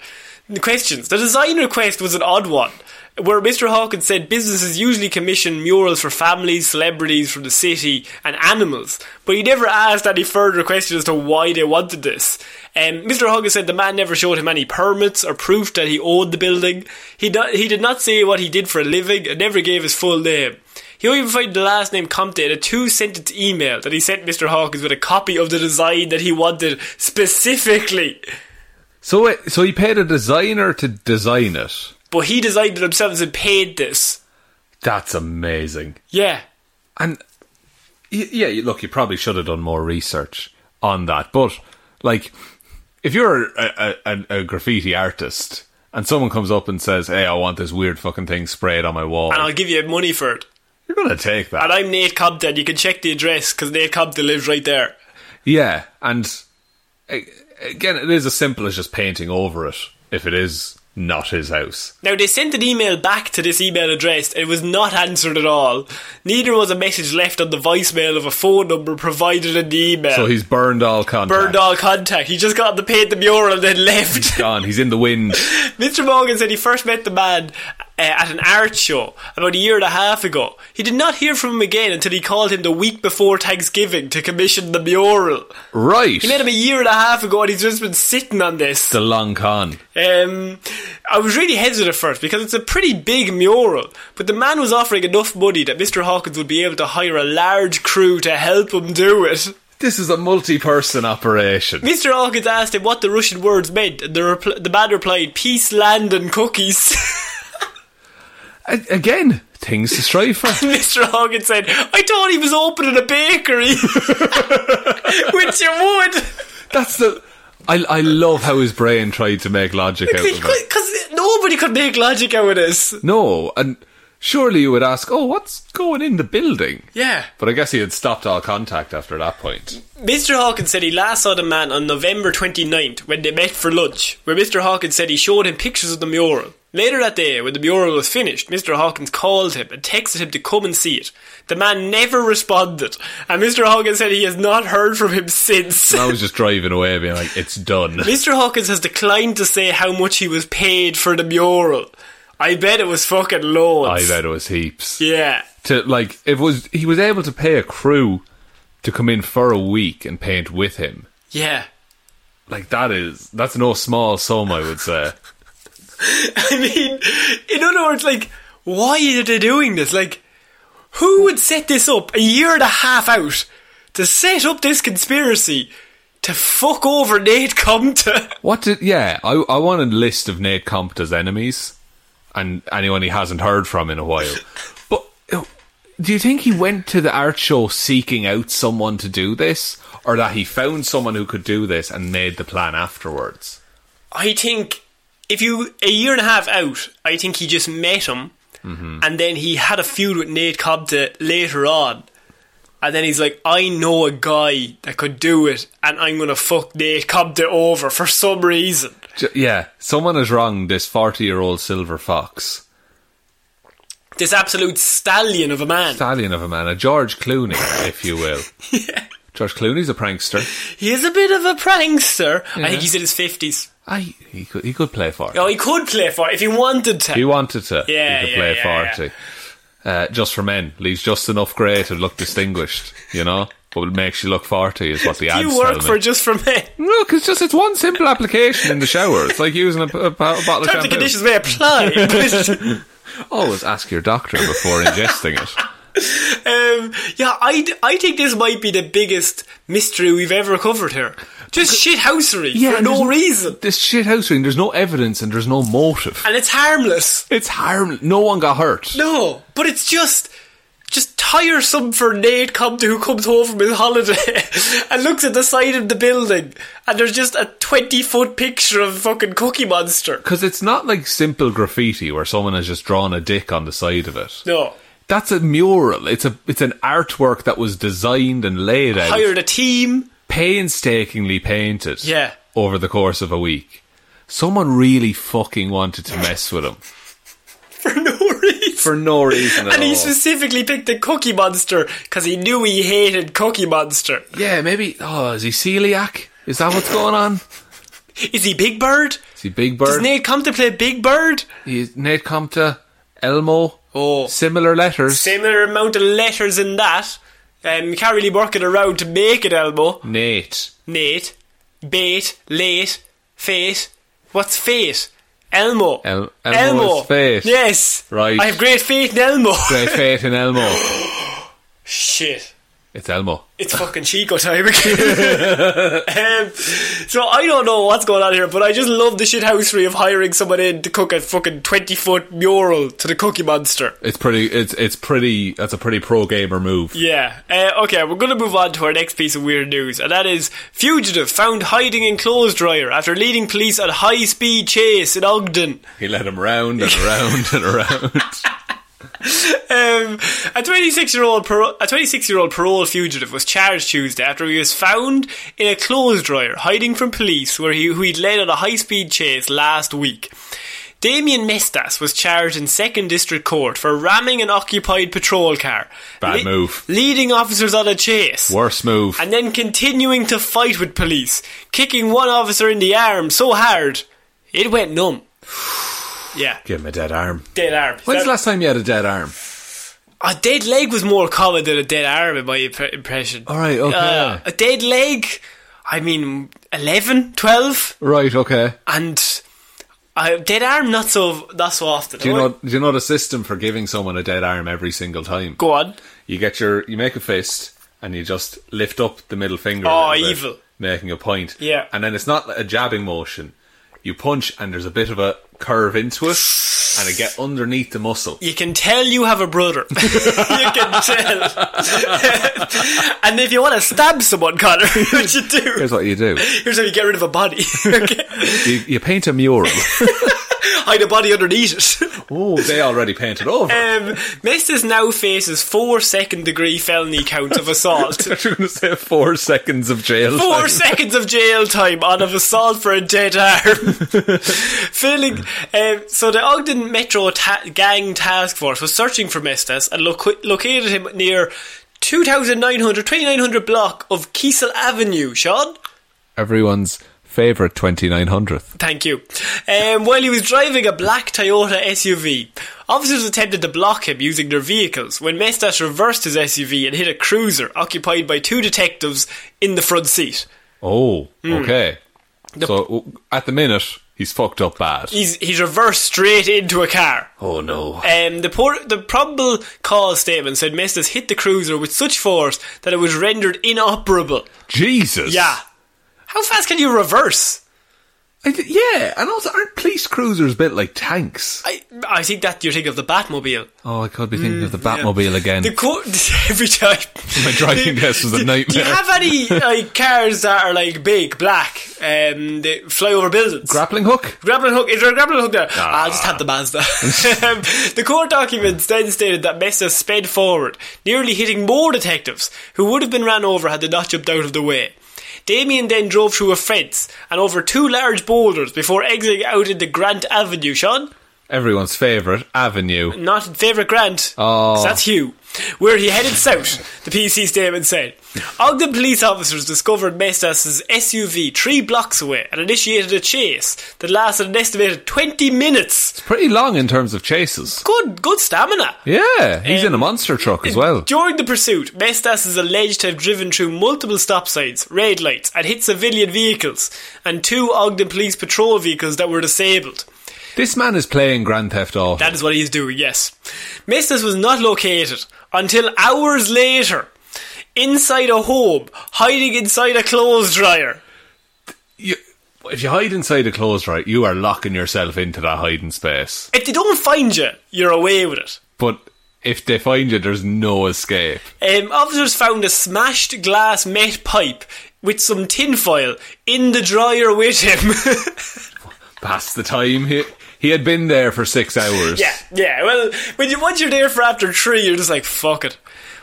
[SPEAKER 1] questions. The design request was an odd one, where Mr. Hawkins said businesses usually commission murals for families, celebrities from the city, and animals, but he never asked any further questions as to why they wanted this. Um, Mr. Hawkins said the man never showed him any permits or proof that he owned the building. He, do- he did not say what he did for a living and never gave his full name. He only provided the last name Comte in a two sentence email that he sent Mr. Hawkins with a copy of the design that he wanted specifically.
[SPEAKER 2] so, wait, so he paid a designer to design it.
[SPEAKER 1] But he designed it himself and paid this.
[SPEAKER 2] That's amazing.
[SPEAKER 1] Yeah.
[SPEAKER 2] And y- yeah, you- look, you probably should have done more research on that. But like, if you're a, a, a, a graffiti artist and someone comes up and says, "Hey, I want this weird fucking thing sprayed on my wall,"
[SPEAKER 1] And I'll give you money for it.
[SPEAKER 2] you're gonna take that.
[SPEAKER 1] And I'm Nate Compton. You can check the address because Nate Compton lives right there.
[SPEAKER 2] yeah, and a- again, it is as simple as just painting over it if it is not his house.
[SPEAKER 1] Now, they sent an email back to this email address. It was not answered at all. Neither was a message left on the voicemail of a phone number provided in the email.
[SPEAKER 2] So he's burned all contact.
[SPEAKER 1] burned all contact. He just got to paint the mural and then left.
[SPEAKER 2] He's gone. He's in the wind.
[SPEAKER 1] Mr. Morgan said he first met the man uh, at an art show about a year and a half ago. He did not hear from him again until he called him the week before Thanksgiving to commission the mural.
[SPEAKER 2] right.
[SPEAKER 1] He met him a year and a half ago and he's just been sitting on this.
[SPEAKER 2] the long con.
[SPEAKER 1] Um, I was really hesitant at first because it's a pretty big mural, but the man was offering enough money that Mr. Hawkins would be able to hire a large crew to help him do it.
[SPEAKER 2] This is a multi-person operation.
[SPEAKER 1] Mr. Hawkins asked him what the Russian words meant, and the, repl- the man replied, Peace, land, and cookies.
[SPEAKER 2] A- again, things to strive for.
[SPEAKER 1] Mr. Hogan said, I thought he was opening a bakery. Which you would.
[SPEAKER 2] That's the. I, I love how his brain tried to make logic out of it.
[SPEAKER 1] Because nobody could make logic out of this.
[SPEAKER 2] No, and surely you would ask, oh, what's going in the building?
[SPEAKER 1] Yeah.
[SPEAKER 2] But I guess he had stopped all contact after that point.
[SPEAKER 1] Mr. Hawkins said he last saw the man on November 29th when they met for lunch, where Mr. Hawkins said he showed him pictures of the mural. Later that day, when the mural was finished, Mr. Hawkins called him and texted him to come and see it. The man never responded, and Mr. Hawkins said he has not heard from him since.
[SPEAKER 2] I was just driving away, being like, "It's done."
[SPEAKER 1] Mr. Hawkins has declined to say how much he was paid for the mural. I bet it was fucking
[SPEAKER 2] I
[SPEAKER 1] loads.
[SPEAKER 2] bet it was heaps.
[SPEAKER 1] Yeah.
[SPEAKER 2] To like, it was he was able to pay a crew to come in for a week and paint with him.
[SPEAKER 1] Yeah.
[SPEAKER 2] Like that is that's no small sum, I would say.
[SPEAKER 1] I mean, in other words, like, why are they doing this? Like, who would set this up a year and a half out to set up this conspiracy to fuck over Nate Compton?
[SPEAKER 2] What did? Yeah, I I want a list of Nate Compton's enemies, and anyone he hasn't heard from in a while. But uh, do you think he went to the art show seeking out someone to do this, or that he found someone who could do this and made the plan afterwards?
[SPEAKER 1] I think if you a year and a half out, I think he just met him,
[SPEAKER 2] Mm-hmm.
[SPEAKER 1] and then he had a feud with Nate Compton later on, and then he's like, "I know a guy that could do it, and I'm gonna fuck Nate Compton over for some reason."
[SPEAKER 2] J- yeah, someone has wronged this forty-year-old silver fox
[SPEAKER 1] This absolute stallion of a man.
[SPEAKER 2] stallion of a man, a George Clooney, if you will. George Clooney's a prankster.
[SPEAKER 1] He is a bit of a prankster. I think he's in his fifties.
[SPEAKER 2] I he could he could play for it.
[SPEAKER 1] Oh, he could play for it if he wanted to.
[SPEAKER 2] He wanted to.
[SPEAKER 1] Yeah,
[SPEAKER 2] he could
[SPEAKER 1] yeah,
[SPEAKER 2] play
[SPEAKER 1] yeah,
[SPEAKER 2] forty. Uh, just for men, leaves just enough grey to look distinguished. You know, but makes you look forty is what the ads
[SPEAKER 1] you
[SPEAKER 2] tell
[SPEAKER 1] work
[SPEAKER 2] me.
[SPEAKER 1] for just for men.
[SPEAKER 2] Look, it's just it's one simple application in the shower. It's like using a, a, bo- bottle of
[SPEAKER 1] Terms and
[SPEAKER 2] shampoo.
[SPEAKER 1] conditions may apply. but,
[SPEAKER 2] Always ask your doctor before ingesting it.
[SPEAKER 1] um, yeah, I, d- I think this might be the biggest mystery we've ever covered here. Just shithousery for
[SPEAKER 2] and
[SPEAKER 1] no
[SPEAKER 2] there's-
[SPEAKER 1] reason,
[SPEAKER 2] This shit house ring. There's no evidence and there's no motive.
[SPEAKER 1] and it's harmless.
[SPEAKER 2] It's harm. No one got hurt.
[SPEAKER 1] No, but it's just. Just tiresome for Nate Compton who comes home from his holiday and looks at the side of the building and there's just a 20 foot picture of fucking Cookie Monster.
[SPEAKER 2] Because it's not like simple graffiti where someone has just drawn a dick on the side of it.
[SPEAKER 1] No.
[SPEAKER 2] That's a mural. It's a it's an artwork that was designed and laid out
[SPEAKER 1] hired a team.
[SPEAKER 2] painstakingly painted.
[SPEAKER 1] Yeah.
[SPEAKER 2] Over the course of a week. Someone really fucking wanted to mess with him.
[SPEAKER 1] for no reason.
[SPEAKER 2] For no reason at
[SPEAKER 1] and
[SPEAKER 2] all.
[SPEAKER 1] he specifically picked the Cookie Monster because he knew he hated Cookie Monster.
[SPEAKER 2] yeah, maybe oh, is he celiac? Is that what's going on?
[SPEAKER 1] Is he Big Bird?
[SPEAKER 2] Is he Big
[SPEAKER 1] Does
[SPEAKER 2] Bird?
[SPEAKER 1] Nate come to play Big Bird?
[SPEAKER 2] He's Nate Compta, Elmo.
[SPEAKER 1] Oh.
[SPEAKER 2] Similar letters.
[SPEAKER 1] Similar amount of letters in that. Um, you can't really work it around to make it, Elmo.
[SPEAKER 2] Nate.
[SPEAKER 1] Nate, bait, late, fate. What's fate? Elmo.
[SPEAKER 2] El- Elmo is fate.
[SPEAKER 1] Yes.
[SPEAKER 2] Right.
[SPEAKER 1] I have great faith in Elmo.
[SPEAKER 2] Great faith in Elmo.
[SPEAKER 1] Shit.
[SPEAKER 2] It's Elmo.
[SPEAKER 1] It's fucking Chico time again. um, so I don't know what's going on here, but I just love the shithousery of hiring someone in to cook a fucking 20 foot mural to the Cookie Monster.
[SPEAKER 2] It's pretty. It's it's pretty. That's a pretty pro gamer move.
[SPEAKER 1] Yeah. Uh, okay, we're going to move on to our next piece of weird news, and that is fugitive found hiding in clothes dryer after leading police on high speed chase in Ogden.
[SPEAKER 2] He led him round and around and around.
[SPEAKER 1] Um, a 26 year old par- a 26 year old parole fugitive was charged Tuesday after he was found in a clothes dryer hiding from police, where he who he'd led on a high speed chase last week. Damien Mestas was charged in Second District Court for ramming an occupied patrol car,
[SPEAKER 2] Bad move.
[SPEAKER 1] leading officers on a chase,
[SPEAKER 2] Worst move.
[SPEAKER 1] and then continuing to fight with police, kicking one officer in the arm so hard it went numb. Yeah,
[SPEAKER 2] Give him a dead arm.
[SPEAKER 1] dead arm.
[SPEAKER 2] When's
[SPEAKER 1] That-
[SPEAKER 2] the last time you had a dead arm?
[SPEAKER 1] a dead leg was more common than a dead arm, in my impre- impression.
[SPEAKER 2] All right, okay.
[SPEAKER 1] Uh, a dead leg, I mean, 11, 12,
[SPEAKER 2] Right. Okay.
[SPEAKER 1] and a dead arm not so not so often.
[SPEAKER 2] Do you know? Do you know the system for giving someone a dead arm every single time?
[SPEAKER 1] Go on.
[SPEAKER 2] You get your. You make a fist and you just lift up the middle finger. a
[SPEAKER 1] Oh,
[SPEAKER 2] little bit,
[SPEAKER 1] evil.
[SPEAKER 2] Making a point.
[SPEAKER 1] Yeah.
[SPEAKER 2] And then it's not a jabbing motion. You punch and there's a bit of a curve into it, and it get underneath the muscle.
[SPEAKER 1] You can tell you have a brother. you can tell. and if you want to stab someone, Connor, what you do?
[SPEAKER 2] Here's what you do.
[SPEAKER 1] Here's how you get rid of a body. okay.
[SPEAKER 2] You, you paint a mural.
[SPEAKER 1] hide a body underneath it.
[SPEAKER 2] Oh, they already painted over.
[SPEAKER 1] Um, Mestis now faces four second degree felony counts of assault.
[SPEAKER 2] I was going to say four seconds of jail.
[SPEAKER 1] Four
[SPEAKER 2] time.
[SPEAKER 1] seconds of jail time on of assault for a dead arm. Feeling, um, so the Ogden Metro ta- Gang Task Force was searching for Mestas and loc- located him near 2,900, 2,900 block of Kiesel Avenue, Sean?
[SPEAKER 2] Everyone's favourite 2900th.
[SPEAKER 1] Thank you. Um, while he was driving a black Toyota SUV, officers attempted to block him using their vehicles when Mestas reversed his SUV and hit a cruiser occupied by two detectives in the front seat.
[SPEAKER 2] Oh,
[SPEAKER 1] Hmm.
[SPEAKER 2] okay. So w- at the minute, he's fucked up bad.
[SPEAKER 1] He's, he's reversed straight into a car.
[SPEAKER 2] oh no.
[SPEAKER 1] Um, the, por- the probable cause statement said Mestas hit the cruiser with such force that it was rendered inoperable.
[SPEAKER 2] Jesus.
[SPEAKER 1] Yeah. How fast can you reverse?
[SPEAKER 2] I d- yeah, and also aren't police cruisers built like tanks?
[SPEAKER 1] I, I think that you're thinking of the Batmobile.
[SPEAKER 2] Oh, I could be thinking of the Batmobile again.
[SPEAKER 1] Hmm, The co- every time.
[SPEAKER 2] My driving test was a
[SPEAKER 1] Do- Do
[SPEAKER 2] nightmare.
[SPEAKER 1] you have any like cars that are like big, black, um, they fly over buildings?
[SPEAKER 2] Grappling hook?
[SPEAKER 1] Grappling hook. Is there a grappling hook there?
[SPEAKER 2] Ah.
[SPEAKER 1] I'll just have the Mazda. um, the court documents then stated that Mesa sped forward, nearly hitting more detectives who would have been ran over had they not jumped out of the way. Damien then drove through a fence and over two large boulders before exiting out into Grant Avenue. Sean,
[SPEAKER 2] Everyone's favourite avenue.
[SPEAKER 1] not favourite Grant.
[SPEAKER 2] Oh.
[SPEAKER 1] 'cause that's Hugh. Where he headed south, the PC statement said. Ogden police officers discovered Mestas' SUV three blocks away and initiated a chase that lasted an estimated 20 minutes.
[SPEAKER 2] Pretty long in terms of chases.
[SPEAKER 1] good good stamina.
[SPEAKER 2] Yeah, he's
[SPEAKER 1] Um,
[SPEAKER 2] in a monster truck as well.
[SPEAKER 1] During the pursuit, Mestas is alleged to have driven through multiple stop signs, red lights, and hit civilian vehicles and two Ogden police patrol vehicles that were disabled.
[SPEAKER 2] This man is playing Grand Theft Auto.
[SPEAKER 1] That is what he's doing, yes. Mestas was not located until hours later, inside a home, hiding inside a clothes dryer.
[SPEAKER 2] You- if you hide inside a clothes right, you are locking yourself into that hiding space.
[SPEAKER 1] If they don't find you, you're away with it.
[SPEAKER 2] But if they find you, there's no escape.
[SPEAKER 1] Um, officers found a smashed glass met pipe with some tinfoil in the dryer with him.
[SPEAKER 2] Past the time he he had been there for six hours.
[SPEAKER 1] Yeah, yeah. Well, when you once you're there for after three, you're just like fuck it.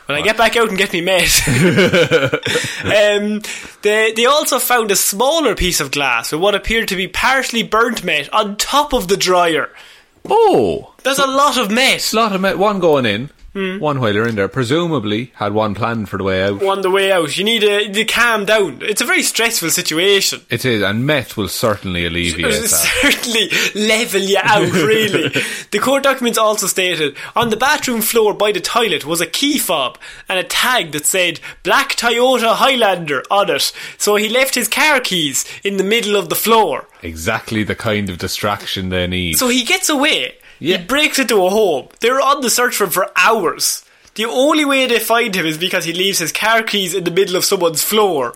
[SPEAKER 1] When I get back out and get me met. um, they they also found a smaller piece of glass with what appeared to be partially burnt met on top of the dryer.
[SPEAKER 2] Oh,
[SPEAKER 1] There's a lot of met
[SPEAKER 2] lot of met one going in,
[SPEAKER 1] Hmm.
[SPEAKER 2] one while you're in there. Presumably had one plan for the way out.
[SPEAKER 1] on the way out. You need to, you need to calm down. It's a very stressful situation.
[SPEAKER 2] It is, and meth will certainly alleviate that.
[SPEAKER 1] certainly level you out, really. the court documents also stated on the bathroom floor by the toilet was a key fob and a tag that said Black Toyota Highlander on it. So he left his car keys in the middle of the floor.
[SPEAKER 2] Exactly the kind of distraction they need.
[SPEAKER 1] So he gets away.
[SPEAKER 2] Yeah.
[SPEAKER 1] He breaks into a home. They're on the search for him for hours. The only way they find him is because he leaves his car keys in the middle of someone's floor.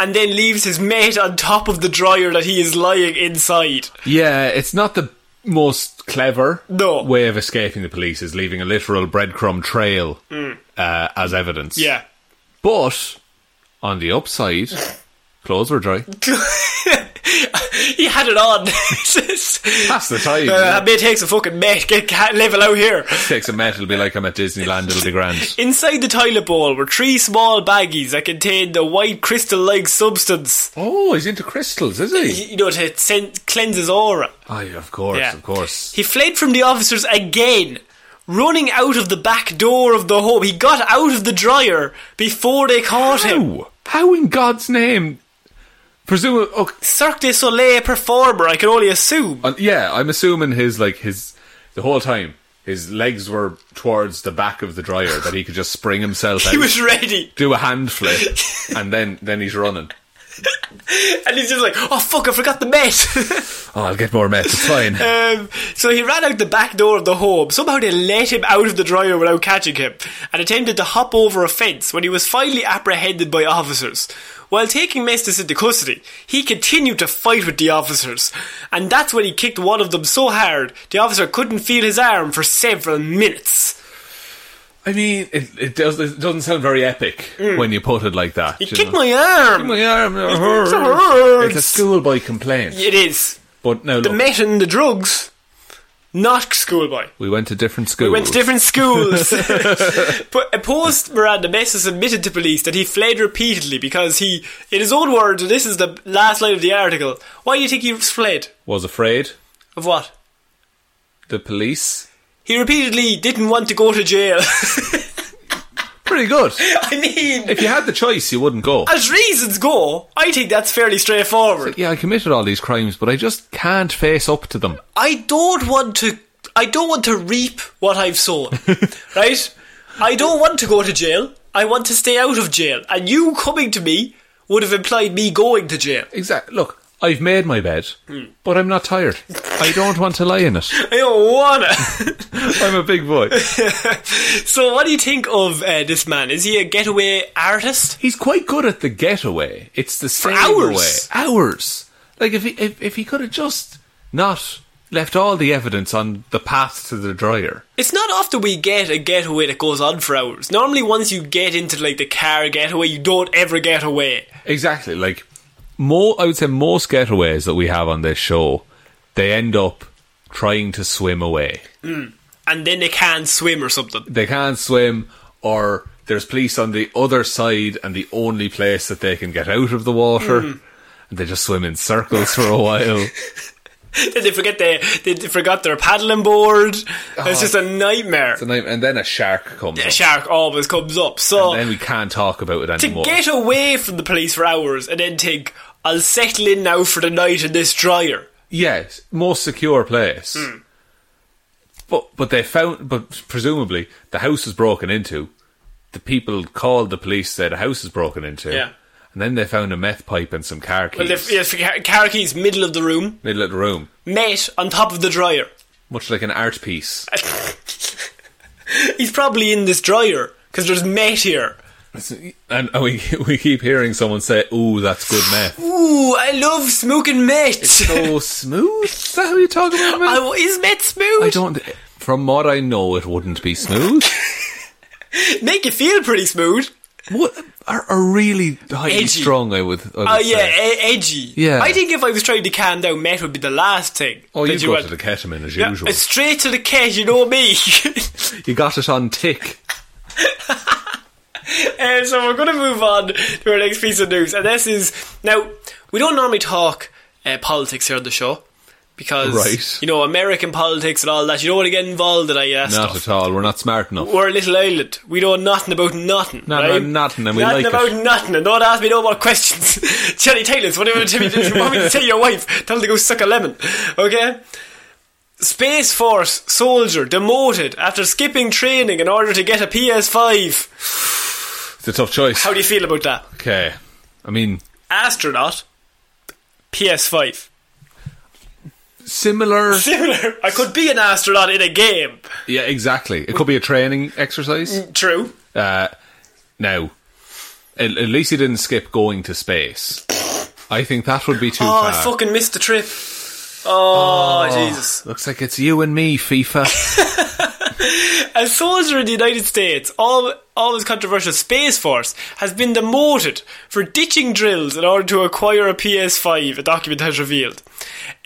[SPEAKER 1] And then leaves his mate on top of the dryer that he is lying inside.
[SPEAKER 2] yeah, it's not the most clever
[SPEAKER 1] No.
[SPEAKER 2] way of escaping the police is leaving a literal breadcrumb trail uh, as evidence.
[SPEAKER 1] Hmm. Yeah.
[SPEAKER 2] But on the upside, clothes were dry.
[SPEAKER 1] he had it on. That's
[SPEAKER 2] That's the time.
[SPEAKER 1] Uh, I may take some fucking meth, get cat level out here.
[SPEAKER 2] Takes a met, it'll be like I'm at Disneyland, it'll be grand.
[SPEAKER 1] Inside the toilet bowl were three small baggies that contained a white crystal like substance.
[SPEAKER 2] Oh, he's into crystals, is he?
[SPEAKER 1] You know, to sen- cleanse his aura.
[SPEAKER 2] Aye, of course,
[SPEAKER 1] Yeah.
[SPEAKER 2] of course.
[SPEAKER 1] He fled from the officers again, running out of the back door of the home. He got out of the dryer before they caught him.
[SPEAKER 2] How? How in God's name? Presume. Oh,
[SPEAKER 1] Cirque du Soleil performer, I can only assume.
[SPEAKER 2] uh, yeah, I'm assuming his like his the whole time his legs were towards the back of the dryer that he could just spring himself
[SPEAKER 1] He
[SPEAKER 2] out,
[SPEAKER 1] was ready.
[SPEAKER 2] do a hand flip, and then then he's running.
[SPEAKER 1] And he's just like, oh fuck, I forgot the meth.
[SPEAKER 2] Oh, I'll get more meth. It's fine.
[SPEAKER 1] Um, so he ran out the back door of the home. Somehow they let him out of the dryer without catching him, and attempted to hop over a fence when he was finally apprehended by officers. While taking Mestis into custody, he continued to fight with the officers, and that's when he kicked one of them so hard the officer couldn't feel his arm for several minutes.
[SPEAKER 2] I mean, it, it, does, it doesn't sound very epic when you put it like that.
[SPEAKER 1] He
[SPEAKER 2] you
[SPEAKER 1] kicked
[SPEAKER 2] know?
[SPEAKER 1] Mm. my arm.
[SPEAKER 2] My arm, it
[SPEAKER 1] hurts.
[SPEAKER 2] It's a schoolboy complaint.
[SPEAKER 1] it is
[SPEAKER 2] But now
[SPEAKER 1] the
[SPEAKER 2] look,
[SPEAKER 1] meth and the drugs. Not schoolboy.
[SPEAKER 2] We went to different schools.
[SPEAKER 1] We went to different schools. but post Miranda, Messis admitted to police that he fled repeatedly because he, in his own words, and this is the last line of the article. Why do you think he fled?
[SPEAKER 2] Was afraid.
[SPEAKER 1] Of what?
[SPEAKER 2] The police.
[SPEAKER 1] He repeatedly didn't want to go to jail.
[SPEAKER 2] Pretty good.
[SPEAKER 1] I mean,
[SPEAKER 2] If you had the choice, you wouldn't go.
[SPEAKER 1] as reasons go, I think that's fairly straightforward.
[SPEAKER 2] Yeah, I committed all these crimes, but I just can't face up to them.
[SPEAKER 1] I don't want to. I don't want to reap what I've sown. right? I don't want to go to jail. I want to stay out of jail. And you coming to me would have implied me going to jail.
[SPEAKER 2] Exactly. Look, I've made my bed,
[SPEAKER 1] Hmm.
[SPEAKER 2] but I'm not tired. I don't want to lie in it.
[SPEAKER 1] I don't wanna.
[SPEAKER 2] I'm a big boy.
[SPEAKER 1] so, what do you think of uh, this man? Is he a getaway artist?
[SPEAKER 2] He's quite good at the getaway. It's the same
[SPEAKER 1] hours.
[SPEAKER 2] way. Hours. Like if he if, if he could have just not left all the evidence on the path to the dryer.
[SPEAKER 1] It's not often we get a getaway that goes on for hours. Normally, once you get into like the car getaway, you don't ever get away.
[SPEAKER 2] Exactly. Like more, I would say most getaways that we have on this show, they end up trying to swim away.
[SPEAKER 1] Mm. And then they can't swim or something.
[SPEAKER 2] They can't swim, or there's police on the other side, and the only place that they can get out of the water. And they just swim in circles for a while.
[SPEAKER 1] Then they forget they, they forgot their paddling board. it's just a nightmare.
[SPEAKER 2] and, I- and then a shark comes.
[SPEAKER 1] a
[SPEAKER 2] up.
[SPEAKER 1] shark always comes up.
[SPEAKER 2] And
[SPEAKER 1] So
[SPEAKER 2] then we can't talk about it
[SPEAKER 1] to
[SPEAKER 2] anymore.
[SPEAKER 1] get away from the police for hours and then think, I'll settle in now for the night in this dryer.
[SPEAKER 2] yes, most secure place.
[SPEAKER 1] Hmm.
[SPEAKER 2] But but they found but presumably the house was broken into. The people called the police said a house is broken into.
[SPEAKER 1] Yeah.
[SPEAKER 2] And then they found a meth pipe and some car keys
[SPEAKER 1] Well, if, if car- car keys middle of the room,
[SPEAKER 2] middle of the room,
[SPEAKER 1] mate on top of the dryer.
[SPEAKER 2] much like an art piece.
[SPEAKER 1] He's probably in this dryer because there's mate here.
[SPEAKER 2] And, and we we keep hearing someone say, "Ooh, that's good meth."
[SPEAKER 1] Ooh, I love smoking mate.
[SPEAKER 2] so smooth. Is that how you talk about meth?
[SPEAKER 1] I w is mate smooth?
[SPEAKER 2] I don't. From what I know, it wouldn't be smooth.
[SPEAKER 1] Make you feel pretty smooth.
[SPEAKER 2] What are, are really highly
[SPEAKER 1] Edgy.
[SPEAKER 2] strong? I would. I would
[SPEAKER 1] Oh yeah,
[SPEAKER 2] say.
[SPEAKER 1] e- edgy.
[SPEAKER 2] Yeah.
[SPEAKER 1] I think if I was trying to calm down, meth would be the last thing.
[SPEAKER 2] Oh,
[SPEAKER 1] that
[SPEAKER 2] you got
[SPEAKER 1] went-
[SPEAKER 2] to the ketamine as
[SPEAKER 1] Yeah,
[SPEAKER 2] usual.
[SPEAKER 1] straight to the cash, you know me.
[SPEAKER 2] You got it on tick.
[SPEAKER 1] Uh, so we're going to move on to our next piece of news, and this is now we don't normally talk uh, politics here on the show because
[SPEAKER 2] Right.
[SPEAKER 1] you know American politics and all that. You don't want to get involved in any of that
[SPEAKER 2] Not
[SPEAKER 1] stuff.
[SPEAKER 2] at all. We're not smart enough.
[SPEAKER 1] We're a little island. We know nothing about nothing.
[SPEAKER 2] Nothing
[SPEAKER 1] right?
[SPEAKER 2] about nothing, and we
[SPEAKER 1] nothing
[SPEAKER 2] like
[SPEAKER 1] about
[SPEAKER 2] it.
[SPEAKER 1] nothing. And don't ask me no more questions. Jenny Taylor's. What do you want to tell me? You want me to tell your wife? Tell her to go suck a lemon. Okay. Space Force soldier demoted after skipping training in order to get a PS5.
[SPEAKER 2] It's a tough choice.
[SPEAKER 1] How do you feel about that?
[SPEAKER 2] okay. I mean,
[SPEAKER 1] Astronaut, PS5.
[SPEAKER 2] similar.
[SPEAKER 1] Similar. I could be an astronaut in a game.
[SPEAKER 2] yeah, exactly. It could be a training exercise.
[SPEAKER 1] True.
[SPEAKER 2] Uh, Mm. now, at, at least he didn't skip going to space. I think that would be too
[SPEAKER 1] Oh,
[SPEAKER 2] far.
[SPEAKER 1] I fucking missed the trip. Oh, Jesus.
[SPEAKER 2] Looks like it's you and me, FIFA.
[SPEAKER 1] A soldier in the United States, all, always controversial Space Force, has been demoted for ditching drills in order to acquire a PS5, a document has revealed.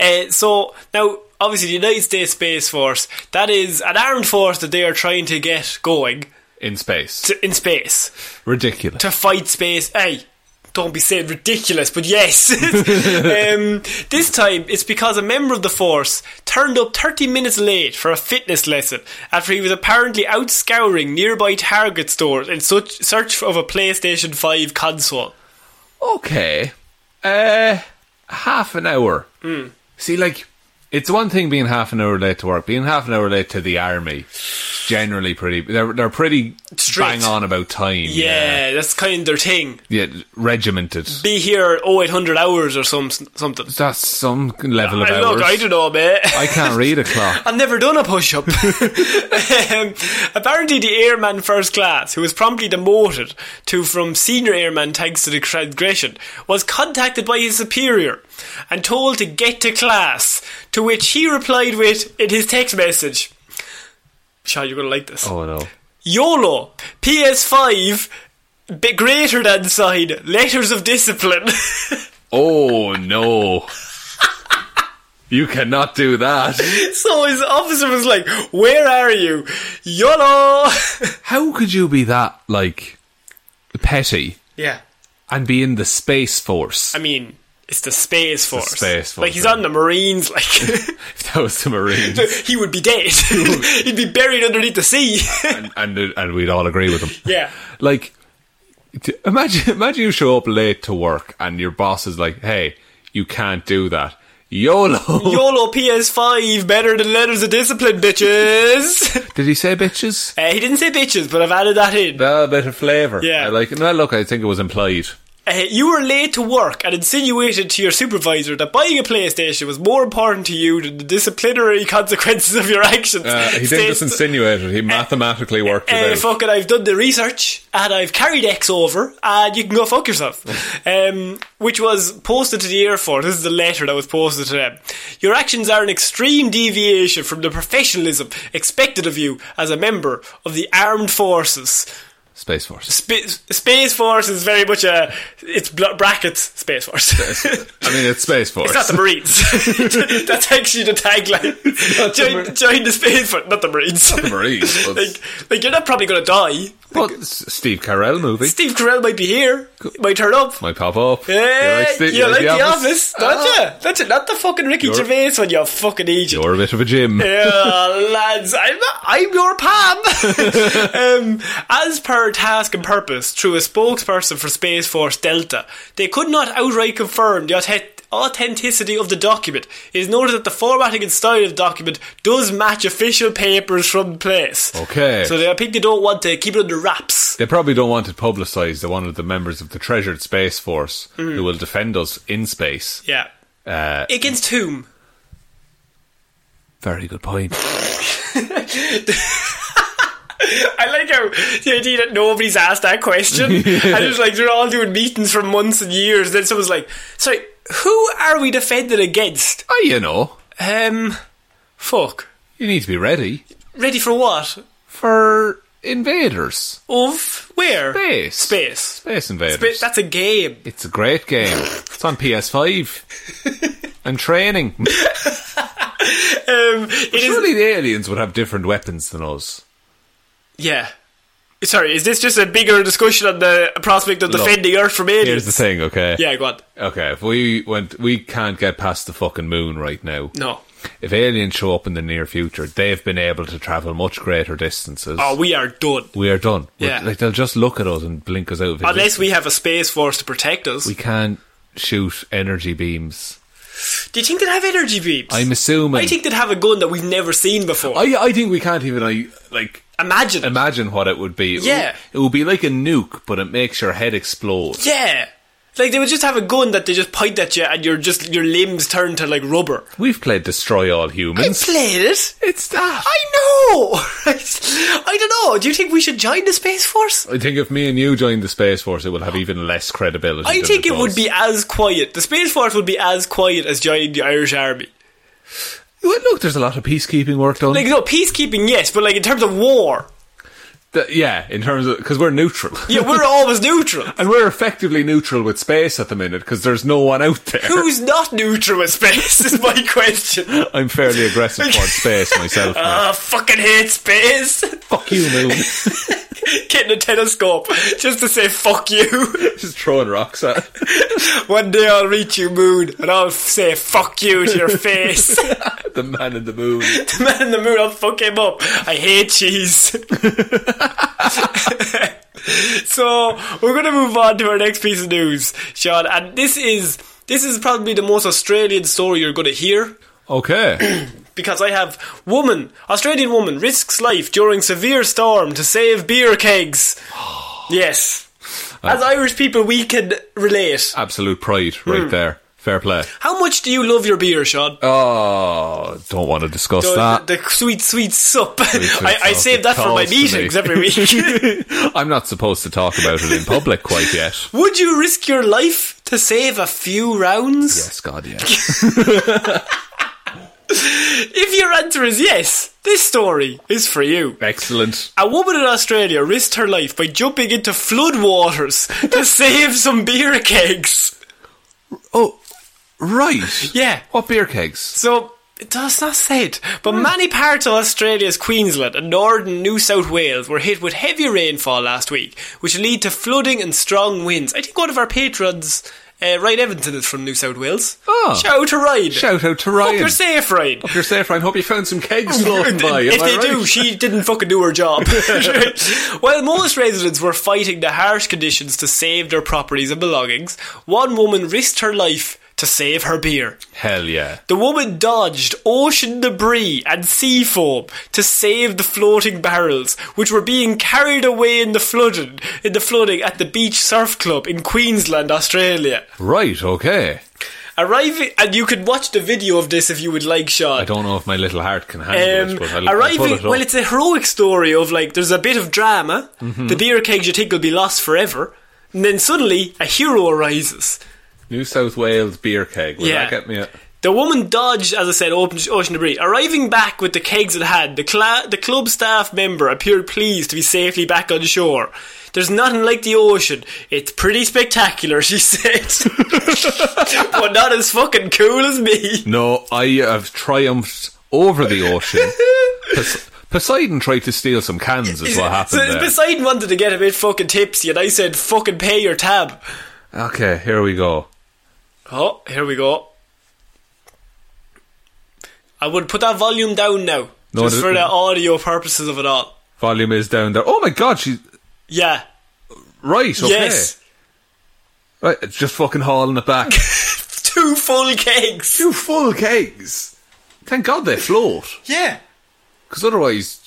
[SPEAKER 1] Uh, so, now, obviously, the United States Space Force, that is an armed force that they are trying to get going
[SPEAKER 2] In space.
[SPEAKER 1] to, in space
[SPEAKER 2] Ridiculous.
[SPEAKER 1] to fight space. Hey, don't be saying ridiculous, but yes. um, this time it's because a member of the force turned up 30 minutes late for a fitness lesson after he was apparently out scouring nearby Target stores in such search of a PlayStation 5 console.
[SPEAKER 2] okay. Uh, half an hour.
[SPEAKER 1] Hmm.
[SPEAKER 2] See, like, it's one thing being half an hour late to work. Being half an hour late to the army, is generally pretty. They're they're pretty
[SPEAKER 1] Strict.
[SPEAKER 2] bang on about time.
[SPEAKER 1] Yeah, that's kind of their thing.
[SPEAKER 2] yeah, Yeah, regimented.
[SPEAKER 1] Be here 0800 hours or some something.
[SPEAKER 2] That's some level of
[SPEAKER 1] I-
[SPEAKER 2] hours.
[SPEAKER 1] look, I don't know, mate.
[SPEAKER 2] I can't read a clock.
[SPEAKER 1] I've never done a push up. um, apparently, the airman first class, who was promptly demoted to from senior airman thanks to the transgression, was contacted by his superior and told to get to class, to which he replied with, in his text message, Sean, you're going to like this.
[SPEAKER 2] Oh no.
[SPEAKER 1] YOLO, PS5, bit greater than sign, letters of discipline.
[SPEAKER 2] Oh no. Oh, You cannot do that.
[SPEAKER 1] So his officer was like, Where are you? YOLO!
[SPEAKER 2] How could you be that like petty
[SPEAKER 1] yeah.
[SPEAKER 2] and be in the space force?
[SPEAKER 1] I mean, it's the Space Force.
[SPEAKER 2] Space Force,
[SPEAKER 1] Like, he's
[SPEAKER 2] yeah.
[SPEAKER 1] on the Marines, like.
[SPEAKER 2] if that was the Marines,
[SPEAKER 1] he would be dead. He'd be buried underneath the sea.
[SPEAKER 2] and, and uh, and we'd all agree with him.
[SPEAKER 1] yeah.
[SPEAKER 2] like t- imagine imagine you show up late to work and your boss is like, "Hey, you can't do that." YOLO.
[SPEAKER 1] YOLO PS5, better than letters of discipline, bitches.
[SPEAKER 2] Did he say bitches?
[SPEAKER 1] uh, he didn't say bitches, but I've added that in.
[SPEAKER 2] A bit of flavour.
[SPEAKER 1] Yeah.
[SPEAKER 2] I like no look, I think it was implied.
[SPEAKER 1] Uh, you were late to work and insinuated to your supervisor that buying a PlayStation was more important to you than the disciplinary consequences of your actions.
[SPEAKER 2] Uh, he didn't
[SPEAKER 1] States-
[SPEAKER 2] just insinuate it, he mathematically worked
[SPEAKER 1] Uh,
[SPEAKER 2] it out.
[SPEAKER 1] fucking, I've done the research and I've carried X over, and you can go fuck yourself. um, which was posted to the Air Force. This is the letter that was posted to them. Your actions are an extreme deviation from the professionalism expected of you as a member of the armed forces.
[SPEAKER 2] Space Force.
[SPEAKER 1] Sp- Space Force is very much a. It's bl- brackets Space Force.
[SPEAKER 2] I mean, it's Space Force.
[SPEAKER 1] It's not the Marines. That's actually the tagline. Join,
[SPEAKER 2] Mar-
[SPEAKER 1] join the Space Force, not the Marines.
[SPEAKER 2] the Marines. Well,
[SPEAKER 1] like, like you're not probably going to die.
[SPEAKER 2] well, it's a Steve Carell movie.
[SPEAKER 1] Steve Carell might be here. Might turn up.
[SPEAKER 2] Might pop up.
[SPEAKER 1] Yeah, you like,
[SPEAKER 2] Steve-
[SPEAKER 1] the, office, don't
[SPEAKER 2] Ah,
[SPEAKER 1] you? That's it. Not the fucking Ricky
[SPEAKER 2] You're-
[SPEAKER 1] Gervais one. You fucking agent.
[SPEAKER 2] You're a bit of a Jim.
[SPEAKER 1] Yeah, lads, I'm not, I'm your Pam. um, as per task and purpose, through a spokesperson for Space Force Delta, they could not outright confirm the authe- authenticity of the document. It is noted that the formatting and style of the document does match official papers from place.
[SPEAKER 2] Okay.
[SPEAKER 1] So they, I think they don't want to keep it under wraps.
[SPEAKER 2] They probably don't want it publicised that one of the members of the treasured Space Force
[SPEAKER 1] Mm-hmm.
[SPEAKER 2] who will defend us in space.
[SPEAKER 1] Yeah.
[SPEAKER 2] Uh,
[SPEAKER 1] Against whom?
[SPEAKER 2] very good point.
[SPEAKER 1] I like how the idea that nobody's asked that question. I just like they're all doing meetings for months and years. Then someone's like, "Sorry, who are we defending against?"
[SPEAKER 2] Ah, you know,
[SPEAKER 1] Um, fuck.
[SPEAKER 2] you need to be ready
[SPEAKER 1] Ready for what?
[SPEAKER 2] for invaders.
[SPEAKER 1] Of where?
[SPEAKER 2] Space.
[SPEAKER 1] Oh, Space.
[SPEAKER 2] Space invaders.
[SPEAKER 1] Space. That's a game.
[SPEAKER 2] it's a great game. It's on PS5. and training.
[SPEAKER 1] Um, it is.
[SPEAKER 2] Surely the aliens would have different weapons than us.
[SPEAKER 1] yeah. Sorry, is this just a bigger discussion on the prospect of
[SPEAKER 2] Look,
[SPEAKER 1] defending Earth from aliens?
[SPEAKER 2] Here's the thing, okay?
[SPEAKER 1] Yeah, go on.
[SPEAKER 2] Okay, if we went, we can't get past the fucking moon right now.
[SPEAKER 1] No.
[SPEAKER 2] If aliens show up in the near future, they've been able to travel much greater distances.
[SPEAKER 1] Oh, we are done.
[SPEAKER 2] we are done. We're-
[SPEAKER 1] Yeah.
[SPEAKER 2] like they'll just look at us and blink us out. of
[SPEAKER 1] Unless
[SPEAKER 2] existence.
[SPEAKER 1] we have a space force to protect us.
[SPEAKER 2] we can't shoot energy beams.
[SPEAKER 1] Do you think they'd have energy beams?
[SPEAKER 2] I'm assuming.
[SPEAKER 1] I think they'd have a gun that we've never seen before.
[SPEAKER 2] I, I think we can't even like, like
[SPEAKER 1] Imagine.
[SPEAKER 2] imagine what it would be. It
[SPEAKER 1] Yeah.
[SPEAKER 2] would, it would be like a nuke, but it makes your head explode.
[SPEAKER 1] yeah. Like they would just have a gun that they just point at you and your just your limbs turn to like rubber.
[SPEAKER 2] We've played destroy all
[SPEAKER 1] I
[SPEAKER 2] humans.
[SPEAKER 1] played it.
[SPEAKER 2] it's that.
[SPEAKER 1] I know. I don't know. Do you think we should join the space force?
[SPEAKER 2] I think if me and you join the space force, it will have even less credibility.
[SPEAKER 1] I
[SPEAKER 2] than
[SPEAKER 1] think it would
[SPEAKER 2] does.
[SPEAKER 1] be as quiet. The space force would be as quiet as joining the Irish army.
[SPEAKER 2] Well, Look, there's a lot of peacekeeping work done.
[SPEAKER 1] Like no peacekeeping, yes, but like in terms of war,
[SPEAKER 2] Th- yeah, in terms of because we're neutral.
[SPEAKER 1] yeah, we're always neutral.
[SPEAKER 2] and we're effectively neutral with space at the minute because there's no one out there.
[SPEAKER 1] Who's not neutral with space is my question.
[SPEAKER 2] I'm fairly aggressive towards space myself. now.
[SPEAKER 1] Ah, fucking hate space.
[SPEAKER 2] Uh, Fuck you, moon.
[SPEAKER 1] Getting a telescope just to say fuck you.
[SPEAKER 2] Just throwing rocks at. it.
[SPEAKER 1] One day I'll reach you, moon, and I'll say fuck you to your face. the
[SPEAKER 2] the man in the moon.
[SPEAKER 1] man in the moon, I'll fuck him up. I hate cheese. so we're gonna move on to our next piece of news, Sean, and this is this is probably the most Australian story you're gonna hear.
[SPEAKER 2] Okay.
[SPEAKER 1] Because I have woman, Australian woman risks life during severe storm to save beer kegs. Yes.
[SPEAKER 2] Uh,
[SPEAKER 1] As Irish people, we can relate.
[SPEAKER 2] Absolute pride right there. Fair play.
[SPEAKER 1] How much do you love your beer, Sean?
[SPEAKER 2] Oh, don't want to discuss
[SPEAKER 1] the,
[SPEAKER 2] that.
[SPEAKER 1] the sweet, sweet sup.
[SPEAKER 2] sweet
[SPEAKER 1] I, I
[SPEAKER 2] sup.
[SPEAKER 1] save that for my
[SPEAKER 2] Toast to me.
[SPEAKER 1] meetings every week.
[SPEAKER 2] I'm not supposed to talk about it in public quite yet.
[SPEAKER 1] Would you risk your life to save a few rounds?
[SPEAKER 2] Yes, God, yeah.
[SPEAKER 1] If your answer is yes, this story is for you.
[SPEAKER 2] Excellent.
[SPEAKER 1] A woman in Australia risked her life by jumping into flood waters to save some beer kegs.
[SPEAKER 2] Oh, Right.
[SPEAKER 1] Yeah.
[SPEAKER 2] What beer kegs?
[SPEAKER 1] So it does not say it, but
[SPEAKER 2] Hmm.
[SPEAKER 1] many parts of Australia's Queensland and northern New South Wales were hit with heavy rainfall last week, which lead to flooding and strong winds. I think one of our patrons, uh, Ryan Evanson, is from New South Wales.
[SPEAKER 2] Oh.
[SPEAKER 1] Shout out to Ryan.
[SPEAKER 2] Shout out to Ryan.
[SPEAKER 1] Hope you're safe, Ryan.
[SPEAKER 2] Hope you're safe, Ryan. Hope you found some kegs floating by.
[SPEAKER 1] If
[SPEAKER 2] am I
[SPEAKER 1] they do,
[SPEAKER 2] right?
[SPEAKER 1] she didn't fucking do her job. While most residents were fighting the harsh conditions to save their properties and belongings, one woman risked her life to save her beer.
[SPEAKER 2] Hell yeah.
[SPEAKER 1] The woman dodged ocean debris and sea foam to save the floating barrels, which were being carried away in the flooding, in the flooding at the Beach Surf Club in Queensland, Australia.
[SPEAKER 2] Right, okay.
[SPEAKER 1] Arriving, and you can watch the video of this if you would like, Sean.
[SPEAKER 2] I don't know if my little heart can
[SPEAKER 1] Um,
[SPEAKER 2] handle it, but I'll, I'll pull
[SPEAKER 1] arriving,
[SPEAKER 2] it up.
[SPEAKER 1] well, it's a heroic story of like there's a bit of drama.
[SPEAKER 2] Mm-hmm.
[SPEAKER 1] The beer kegs you think will be lost forever, and then suddenly a hero arises.
[SPEAKER 2] New South Wales beer keg. Will
[SPEAKER 1] Yeah.
[SPEAKER 2] that get me a...
[SPEAKER 1] The woman dodged, as I said, open ocean debris. Arriving back with the kegs at hand, the, cla- the club staff member appeared pleased to be safely back on shore. There's nothing like the ocean. It's pretty spectacular, she said. but not as fucking cool as me.
[SPEAKER 2] No, I have triumphed over the ocean. Pos- Poseidon tried to steal some cans, is what happened
[SPEAKER 1] So
[SPEAKER 2] there.
[SPEAKER 1] Poseidon wanted to get a bit fucking tipsy, and I said, fucking pay your tab.
[SPEAKER 2] okay, here we go.
[SPEAKER 1] Oh, here we go. I would put that volume down now,
[SPEAKER 2] No,
[SPEAKER 1] just
[SPEAKER 2] it-
[SPEAKER 1] for the audio purposes of it all.
[SPEAKER 2] Volume is down there. Oh my god, she's...
[SPEAKER 1] Yeah.
[SPEAKER 2] Right, okay.
[SPEAKER 1] Yes.
[SPEAKER 2] Right, it's just fucking hauling it back.
[SPEAKER 1] Two full kegs.
[SPEAKER 2] Two full kegs. Thank God they float,
[SPEAKER 1] Yeah.
[SPEAKER 2] because otherwise,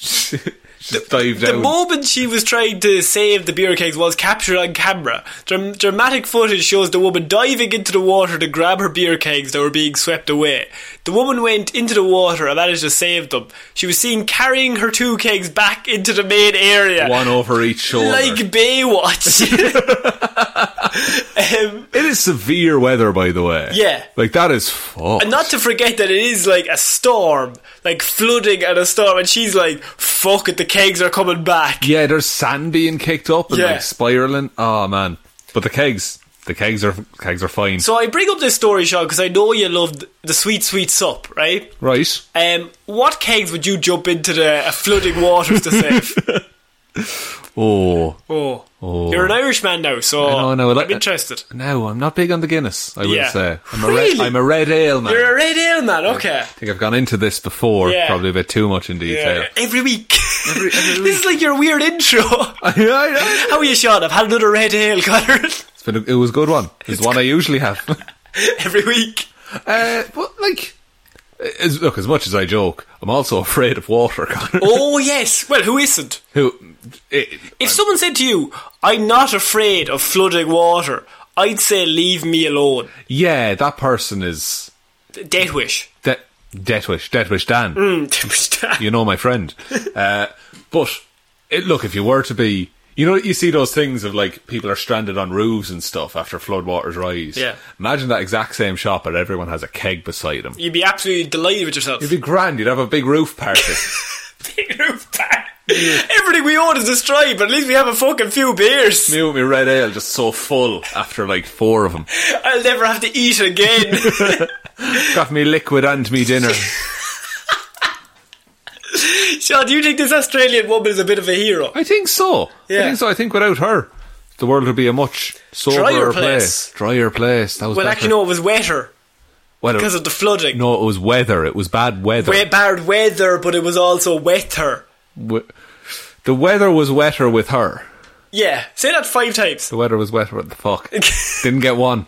[SPEAKER 2] just dive
[SPEAKER 1] The
[SPEAKER 2] down.
[SPEAKER 1] moment she was trying to save the beer kegs was captured on camera. Dram- dramatic footage shows the woman diving into the water to grab her beer kegs that were being swept away. The woman went into the water and managed to save them. She was seen carrying her two kegs back into the main area.
[SPEAKER 2] one over each shoulder.
[SPEAKER 1] Like Baywatch. um,
[SPEAKER 2] it is severe weather, by the way.
[SPEAKER 1] Yeah.
[SPEAKER 2] like that is fucked.
[SPEAKER 1] and not to forget that it is like a storm, like flooding and a storm, and she's like, fuck it, the kegs are coming back.
[SPEAKER 2] yeah, there's sand being kicked up and
[SPEAKER 1] Yeah.
[SPEAKER 2] like spiraling. Oh man, but the kegs, the kegs are kegs are fine.
[SPEAKER 1] So I bring up this story, Sean, because I know you loved the sweet, sweet sup, right?
[SPEAKER 2] right,
[SPEAKER 1] Um, what kegs would you jump into the uh, flooding waters to save?
[SPEAKER 2] oh.
[SPEAKER 1] oh. You're an Irishman now, so
[SPEAKER 2] I know, I know, I like
[SPEAKER 1] am
[SPEAKER 2] that.
[SPEAKER 1] interested.
[SPEAKER 2] No, I'm not big on the Guinness. I will
[SPEAKER 1] Yeah.
[SPEAKER 2] say I'm a
[SPEAKER 1] Really?
[SPEAKER 2] red. I'm a red ale man.
[SPEAKER 1] You're a red ale man, okay.
[SPEAKER 2] I think I've gone into this before,
[SPEAKER 1] Yeah.
[SPEAKER 2] probably a bit too much in detail.
[SPEAKER 1] Yeah. Every week. this is like your weird intro.
[SPEAKER 2] I- I- I-
[SPEAKER 1] How are you, Sean? I've had another red ale, Connor.
[SPEAKER 2] It's been a, it was a good one. It's the one I usually have.
[SPEAKER 1] Every week.
[SPEAKER 2] Uh, but like, as, look, as much as I joke, I'm also afraid of water. Connor.
[SPEAKER 1] Oh, yes. Well, who isn't?
[SPEAKER 2] Who? It,
[SPEAKER 1] If someone said to you, I'm not afraid of flooding water, I'd say leave me alone.
[SPEAKER 2] yeah, that person is
[SPEAKER 1] Death wish. Hmm,
[SPEAKER 2] De- Death Wish, Death Wish Dan.
[SPEAKER 1] Mm.
[SPEAKER 2] You know my friend. Uh, but it, look, if you were to be, you know, you see those things of like people are stranded on roofs and stuff after floodwaters rise.
[SPEAKER 1] Yeah.
[SPEAKER 2] Imagine that exact same shop, but everyone has a keg beside them.
[SPEAKER 1] You'd be absolutely delighted with yourself.
[SPEAKER 2] It'd be grand. You'd have a big roof party.
[SPEAKER 1] Big roof pack. Everything we own is destroyed, but at least we have a fucking few beers.
[SPEAKER 2] Me with my red ale just so full after like four of them.
[SPEAKER 1] I'll never have to eat again.
[SPEAKER 2] Got me liquid and me dinner.
[SPEAKER 1] Sean, do you think this Australian woman is a bit of a hero?
[SPEAKER 2] I think so.
[SPEAKER 1] Yeah.
[SPEAKER 2] I think so. I think without her, the world would be a much soberer
[SPEAKER 1] Drier place.
[SPEAKER 2] place. Drier place. That was
[SPEAKER 1] Well,
[SPEAKER 2] better.
[SPEAKER 1] actually, no, it was wetter
[SPEAKER 2] Well, it-
[SPEAKER 1] because of the flooding.
[SPEAKER 2] no, it was weather. It was bad weather.
[SPEAKER 1] We- bad weather, but it was also wetter.
[SPEAKER 2] We- the weather was wetter with her.
[SPEAKER 1] Yeah, say that five times.
[SPEAKER 2] The weather was wetter with the fuck. didn't get one.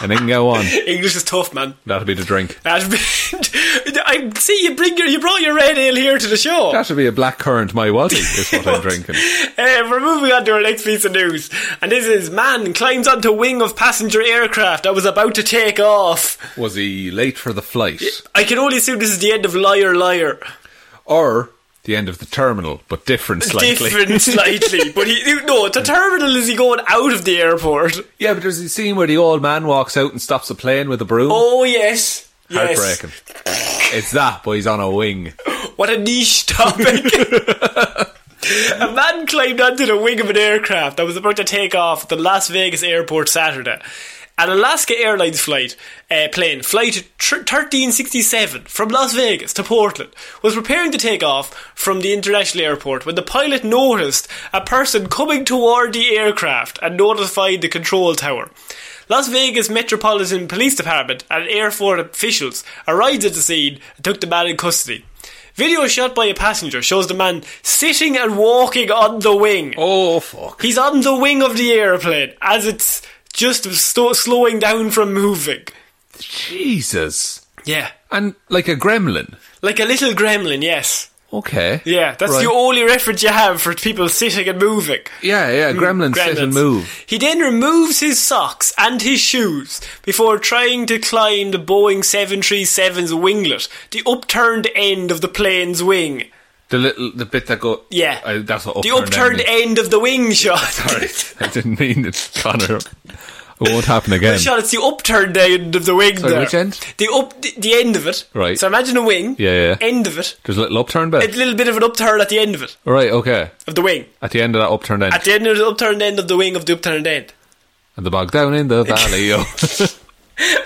[SPEAKER 2] I didn't get one.
[SPEAKER 1] English is tough, man.
[SPEAKER 2] That'll be the drink.
[SPEAKER 1] That I see you bring your you brought your red ale here to the show.
[SPEAKER 2] That'll be a black currant, my waddy, is what I'm drinking.
[SPEAKER 1] Uh, we're moving on to our next piece of news, and this is man climbs onto wing of passenger aircraft that was about to take off.
[SPEAKER 2] Was he late for the flight?
[SPEAKER 1] I can only assume this is the end of liar liar.
[SPEAKER 2] Or the end of the terminal, but different slightly?
[SPEAKER 1] Different slightly, but he no. The terminal is he going out of the airport?
[SPEAKER 2] Yeah, but there's a scene where the old man walks out and stops a plane with a broom.
[SPEAKER 1] Oh yes, yes.
[SPEAKER 2] Heartbreaking. it's that, but he's on a wing.
[SPEAKER 1] What a niche topic. a man climbed onto the wing of an aircraft that was about to take off at the Las Vegas airport Saturday. an Alaska Airlines flight, uh, plane, flight tr- 1367 from Las Vegas to Portland, was preparing to take off from the international airport when the pilot noticed a person coming toward the aircraft and notified the control tower. Las Vegas Metropolitan Police Department and airport officials arrived at the scene and took the man in custody. Video shot by a passenger shows the man sitting and walking on the wing.
[SPEAKER 2] Oh fuck!
[SPEAKER 1] He's on the wing of the airplane as it's just sto- slowing down from moving.
[SPEAKER 2] Jesus!
[SPEAKER 1] Yeah.
[SPEAKER 2] And like a gremlin.
[SPEAKER 1] Like a little gremlin, yes.
[SPEAKER 2] Okay.
[SPEAKER 1] Yeah, that's
[SPEAKER 2] Right.
[SPEAKER 1] the only reference you have for people sitting and moving.
[SPEAKER 2] Yeah, yeah. Gremlin sit and
[SPEAKER 1] Mm, Gremlins.
[SPEAKER 2] move.
[SPEAKER 1] He then removes his socks and his shoes before trying to climb the Boeing 737's winglet, the upturned end of the plane's wing.
[SPEAKER 2] The little the bit that go.
[SPEAKER 1] Yeah.
[SPEAKER 2] I, Uh, that's what
[SPEAKER 1] the upturned
[SPEAKER 2] means.
[SPEAKER 1] end of the wing shot.
[SPEAKER 2] Sorry, I didn't mean it, Connor. It won't happen again.
[SPEAKER 1] Shot, it's the upturned end of the wing.
[SPEAKER 2] Um, Sorry,
[SPEAKER 1] there.
[SPEAKER 2] which end?
[SPEAKER 1] The up, the, the end of it.
[SPEAKER 2] Right.
[SPEAKER 1] So imagine a wing.
[SPEAKER 2] Yeah, yeah.
[SPEAKER 1] End of it.
[SPEAKER 2] There's a little upturn
[SPEAKER 1] A
[SPEAKER 2] bit.
[SPEAKER 1] little bit of an upturn at the end of it,
[SPEAKER 2] Right. Okay.
[SPEAKER 1] of the wing.
[SPEAKER 2] At the end of that upturned end,
[SPEAKER 1] At the end of the upturned end of the wing of the upturned end.
[SPEAKER 2] and the bog down in the valley. Oh.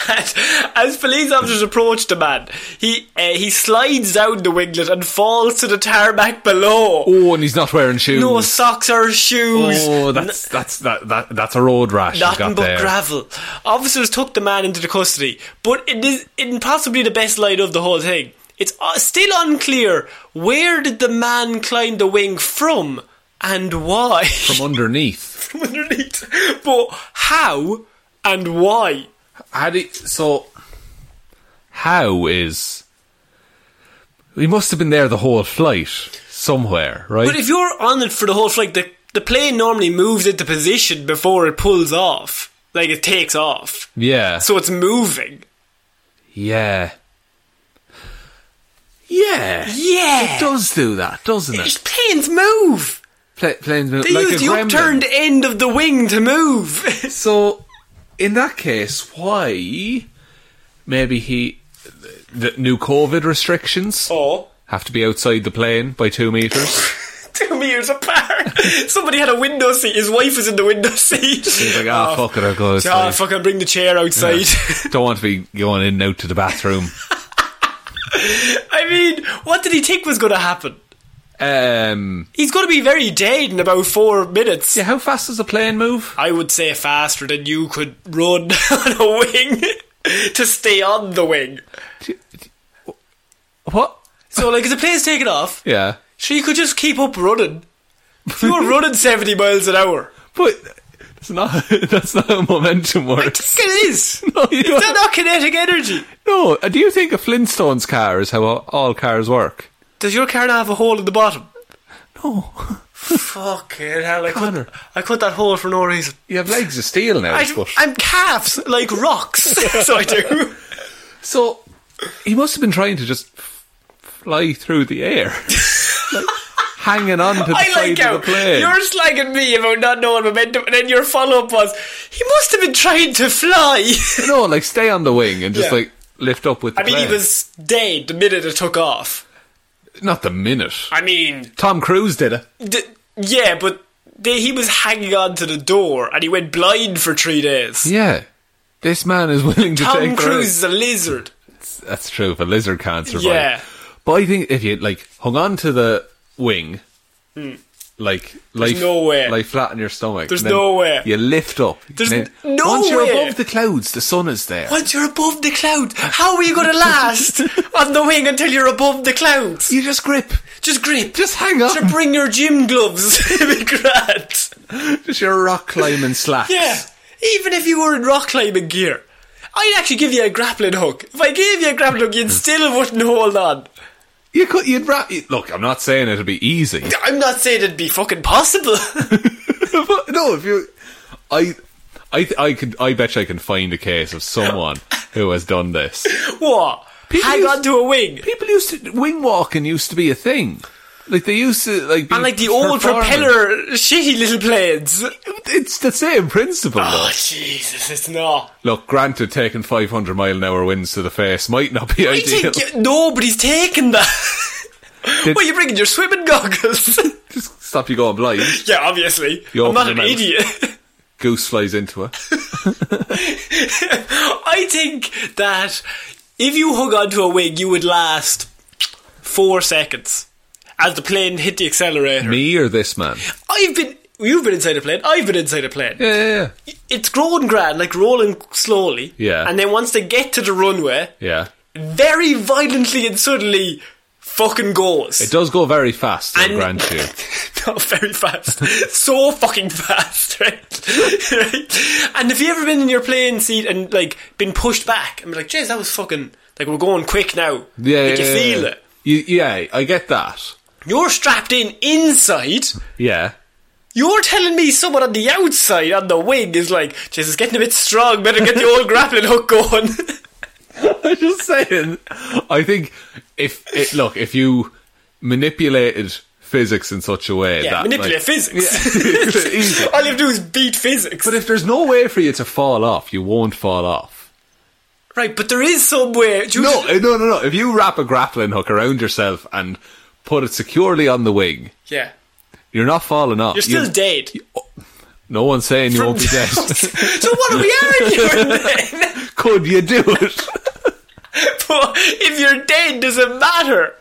[SPEAKER 1] As, as police officers approach the man, he uh, he slides down the winglet and falls to the tarmac below.
[SPEAKER 2] oh, and he's not wearing shoes.
[SPEAKER 1] No socks or shoes.
[SPEAKER 2] Oh, that's that's that, that that's a road rash. he's
[SPEAKER 1] Nothing
[SPEAKER 2] got
[SPEAKER 1] but
[SPEAKER 2] there.
[SPEAKER 1] gravel. Officers took the man into the custody, but it is in possibly the best light of the whole thing. It's uh, still unclear where did the man climb the wing from and why.
[SPEAKER 2] from underneath.
[SPEAKER 1] From underneath. But how and why?
[SPEAKER 2] How do you- so? How is? He must have been there the whole flight somewhere, right?
[SPEAKER 1] But if you're on it for the whole flight, the, the plane normally moves into position before it pulls off. Like it takes off.
[SPEAKER 2] yeah,
[SPEAKER 1] So it's moving.
[SPEAKER 2] yeah, yeah,
[SPEAKER 1] Yeah.
[SPEAKER 2] It does do that, doesn't
[SPEAKER 1] It's
[SPEAKER 2] it?
[SPEAKER 1] planes move.
[SPEAKER 2] Pla planes move
[SPEAKER 1] They
[SPEAKER 2] like
[SPEAKER 1] use
[SPEAKER 2] a
[SPEAKER 1] the
[SPEAKER 2] gremlin.
[SPEAKER 1] upturned end of the wing to move.
[SPEAKER 2] So, in that case, why? Maybe he. The the new COVID restrictions
[SPEAKER 1] or
[SPEAKER 2] have to be outside the plane by two meters.
[SPEAKER 1] two meters apart. Somebody had a window seat. His wife was in the window seat. Oh, She's
[SPEAKER 2] like, "Ah, fuck it, I'll go outside."
[SPEAKER 1] fucking bring the chair outside.
[SPEAKER 2] Don't want to be going in and out to the bathroom.
[SPEAKER 1] I mean, what did he think was going to happen?
[SPEAKER 2] Um,
[SPEAKER 1] He's going to be very dead in about four minutes.
[SPEAKER 2] yeah, how fast does a plane move?
[SPEAKER 1] I would say faster than you could run on a wing to stay on the wing.
[SPEAKER 2] What?
[SPEAKER 1] So, like, if the plane's taken off,
[SPEAKER 2] Yeah,
[SPEAKER 1] so you could just keep up running. If you were running 70 miles an hour.
[SPEAKER 2] but it's not. That's not how momentum works.
[SPEAKER 1] It is.
[SPEAKER 2] No, you
[SPEAKER 1] Is that
[SPEAKER 2] don't-
[SPEAKER 1] not kinetic energy?
[SPEAKER 2] no. uh, Do you think a Flintstones car is how all- all cars work?
[SPEAKER 1] Does your car not have a hole in the bottom?
[SPEAKER 2] No,
[SPEAKER 1] Fucking hell, I
[SPEAKER 2] Connor.
[SPEAKER 1] cut, I cut that hole for no reason.
[SPEAKER 2] you have legs of steel now.
[SPEAKER 1] I,
[SPEAKER 2] but-
[SPEAKER 1] I'm calves, like rocks, so I do.
[SPEAKER 2] So he must have been trying to just f- fly through the air, Like, hanging on to the
[SPEAKER 1] I
[SPEAKER 2] side
[SPEAKER 1] like how
[SPEAKER 2] of the plane.
[SPEAKER 1] you're slagging me about not knowing momentum, and then your follow-up was, he must have been trying to fly.
[SPEAKER 2] No, like stay on the wing and just
[SPEAKER 1] Yeah.
[SPEAKER 2] like lift up with. The
[SPEAKER 1] I mean, he
[SPEAKER 2] plane.
[SPEAKER 1] was dead the minute it took off.
[SPEAKER 2] not the minute.
[SPEAKER 1] I mean,
[SPEAKER 2] Tom Cruise did it.
[SPEAKER 1] d- yeah, but they, he was hanging on to the door, and he went blind for three days.
[SPEAKER 2] Yeah, this man is willing to
[SPEAKER 1] Tom
[SPEAKER 2] take the
[SPEAKER 1] Cruise
[SPEAKER 2] risk.
[SPEAKER 1] is a lizard.
[SPEAKER 2] That's true. If a lizard can't survive,
[SPEAKER 1] Yeah.
[SPEAKER 2] But I think if you like hung on to the wing, like like
[SPEAKER 1] Hmm. no way.
[SPEAKER 2] like flat on your stomach.
[SPEAKER 1] There's
[SPEAKER 2] and then
[SPEAKER 1] no way.
[SPEAKER 2] You lift up.
[SPEAKER 1] There's
[SPEAKER 2] and then-
[SPEAKER 1] no
[SPEAKER 2] Once you're
[SPEAKER 1] way.
[SPEAKER 2] above the clouds, the sun is there.
[SPEAKER 1] Once you're above the clouds, how are you going to last on the wing until you're above the clouds?
[SPEAKER 2] You just grip.
[SPEAKER 1] Just grip.
[SPEAKER 2] Just hang on.
[SPEAKER 1] So bring your gym gloves. It'd be grand.
[SPEAKER 2] Just your rock climbing slacks.
[SPEAKER 1] Yeah. Even if you were in rock climbing gear, I'd actually give you a grappling hook. If I gave you a grappling hook, you'd still wouldn't hold on.
[SPEAKER 2] You could, you'd wrap. you- Look, I'm not saying it'll be easy.
[SPEAKER 1] I'm not saying it'd be fucking possible.
[SPEAKER 2] But no, if you, I, I, th- I could, I bet you I can find a case of someone who has done this.
[SPEAKER 1] what?
[SPEAKER 2] People
[SPEAKER 1] Hang
[SPEAKER 2] use-
[SPEAKER 1] on to a wing.
[SPEAKER 2] People used to wing walking used to be a thing. Like they used to like. Be
[SPEAKER 1] And like the old
[SPEAKER 2] performing. Oh,
[SPEAKER 1] propeller shitty little planes.
[SPEAKER 2] It's the same principle.
[SPEAKER 1] Oh
[SPEAKER 2] though.
[SPEAKER 1] Jesus, it's not.
[SPEAKER 2] Look, granted, taking 500 mile an hour winds to the face might not be
[SPEAKER 1] I
[SPEAKER 2] ideal.
[SPEAKER 1] think you- nobody's taking that.
[SPEAKER 2] Did-
[SPEAKER 1] well, you're bringing your swimming goggles.
[SPEAKER 2] Just stop you going blind.
[SPEAKER 1] yeah, obviously.
[SPEAKER 2] You
[SPEAKER 1] I'm not an
[SPEAKER 2] open your mouth.
[SPEAKER 1] idiot.
[SPEAKER 2] Goose flies into it.
[SPEAKER 1] I think that if you hung onto a wig, you would last four seconds as the plane hit the accelerator.
[SPEAKER 2] Me or this man?
[SPEAKER 1] I've been. You've been inside a plane. I've been inside a plane.
[SPEAKER 2] Yeah, yeah, yeah.
[SPEAKER 1] It's growing grand, like rolling slowly.
[SPEAKER 2] Yeah.
[SPEAKER 1] And then once they get to the runway,
[SPEAKER 2] Yeah.
[SPEAKER 1] very violently and suddenly, fucking goes.
[SPEAKER 2] It does go very fast, I
[SPEAKER 1] And-
[SPEAKER 2] grant you.
[SPEAKER 1] Not very fast. so fucking fast, right? right? And have you ever been in your plane seat and like been pushed back and be like, "Jeez, that was fucking like we're going quick now."
[SPEAKER 2] Yeah,
[SPEAKER 1] like, you
[SPEAKER 2] yeah, yeah,
[SPEAKER 1] feel
[SPEAKER 2] yeah.
[SPEAKER 1] it.
[SPEAKER 2] You, yeah, I get that.
[SPEAKER 1] You're strapped in inside.
[SPEAKER 2] Yeah.
[SPEAKER 1] You're telling me someone on the outside on the wing is like, "Jeez, it's getting a bit strong. Better get the old grappling hook going."
[SPEAKER 2] I'm just saying. I think if it, look, if you manipulated physics in such a way
[SPEAKER 1] yeah,
[SPEAKER 2] that
[SPEAKER 1] manipulate
[SPEAKER 2] like-
[SPEAKER 1] physics.
[SPEAKER 2] Yeah, easy.
[SPEAKER 1] All you have to do is beat physics.
[SPEAKER 2] But if there's no way for you to fall off, you won't fall off.
[SPEAKER 1] right, but there is some way. Do you
[SPEAKER 2] No, eh, no, no, no. If you wrap a grappling hook around yourself and put it securely on the wing,
[SPEAKER 1] yeah,
[SPEAKER 2] you're not falling off.
[SPEAKER 1] you're still
[SPEAKER 2] You-
[SPEAKER 1] dead.
[SPEAKER 2] No one's saying you won't be dead.
[SPEAKER 1] so what are we arguing then?
[SPEAKER 2] Could you do it?
[SPEAKER 1] But if you're dead, does it matter?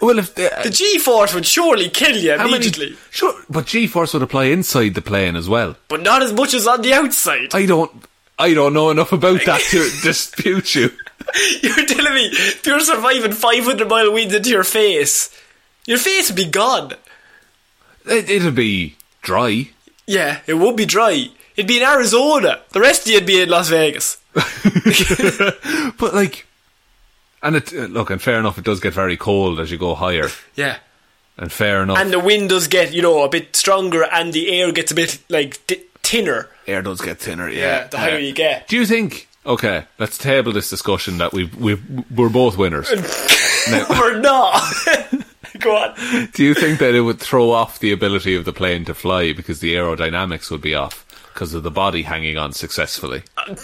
[SPEAKER 2] Well, if uh,
[SPEAKER 1] The G-force would surely kill you
[SPEAKER 2] how many-
[SPEAKER 1] immediately,
[SPEAKER 2] Sure, but G-force would apply inside the plane as well.
[SPEAKER 1] but not as much as on the outside.
[SPEAKER 2] I don't, I don't know enough about that to dispute you.
[SPEAKER 1] You're telling me if you're surviving 500 mile winds into your face, your face would be gone.
[SPEAKER 2] It, it'll be dry.
[SPEAKER 1] Yeah, it would be dry. It'd be in Arizona. The rest of you'd be in Las Vegas.
[SPEAKER 2] But like, and it uh, look and fair enough. It does get very cold as you go higher,
[SPEAKER 1] Yeah.
[SPEAKER 2] and fair enough.
[SPEAKER 1] And the wind does get, you know, a bit stronger and the air gets a bit, like, di thinner.
[SPEAKER 2] air does get thinner. Yeah,
[SPEAKER 1] Yeah, the higher
[SPEAKER 2] Uh,
[SPEAKER 1] you get.
[SPEAKER 2] Do you think? Okay, let's table this discussion that we we we're both winners.
[SPEAKER 1] or not. Go on.
[SPEAKER 2] do you think that it would throw off the ability of the plane to fly because the aerodynamics would be off because of the body hanging on successfully?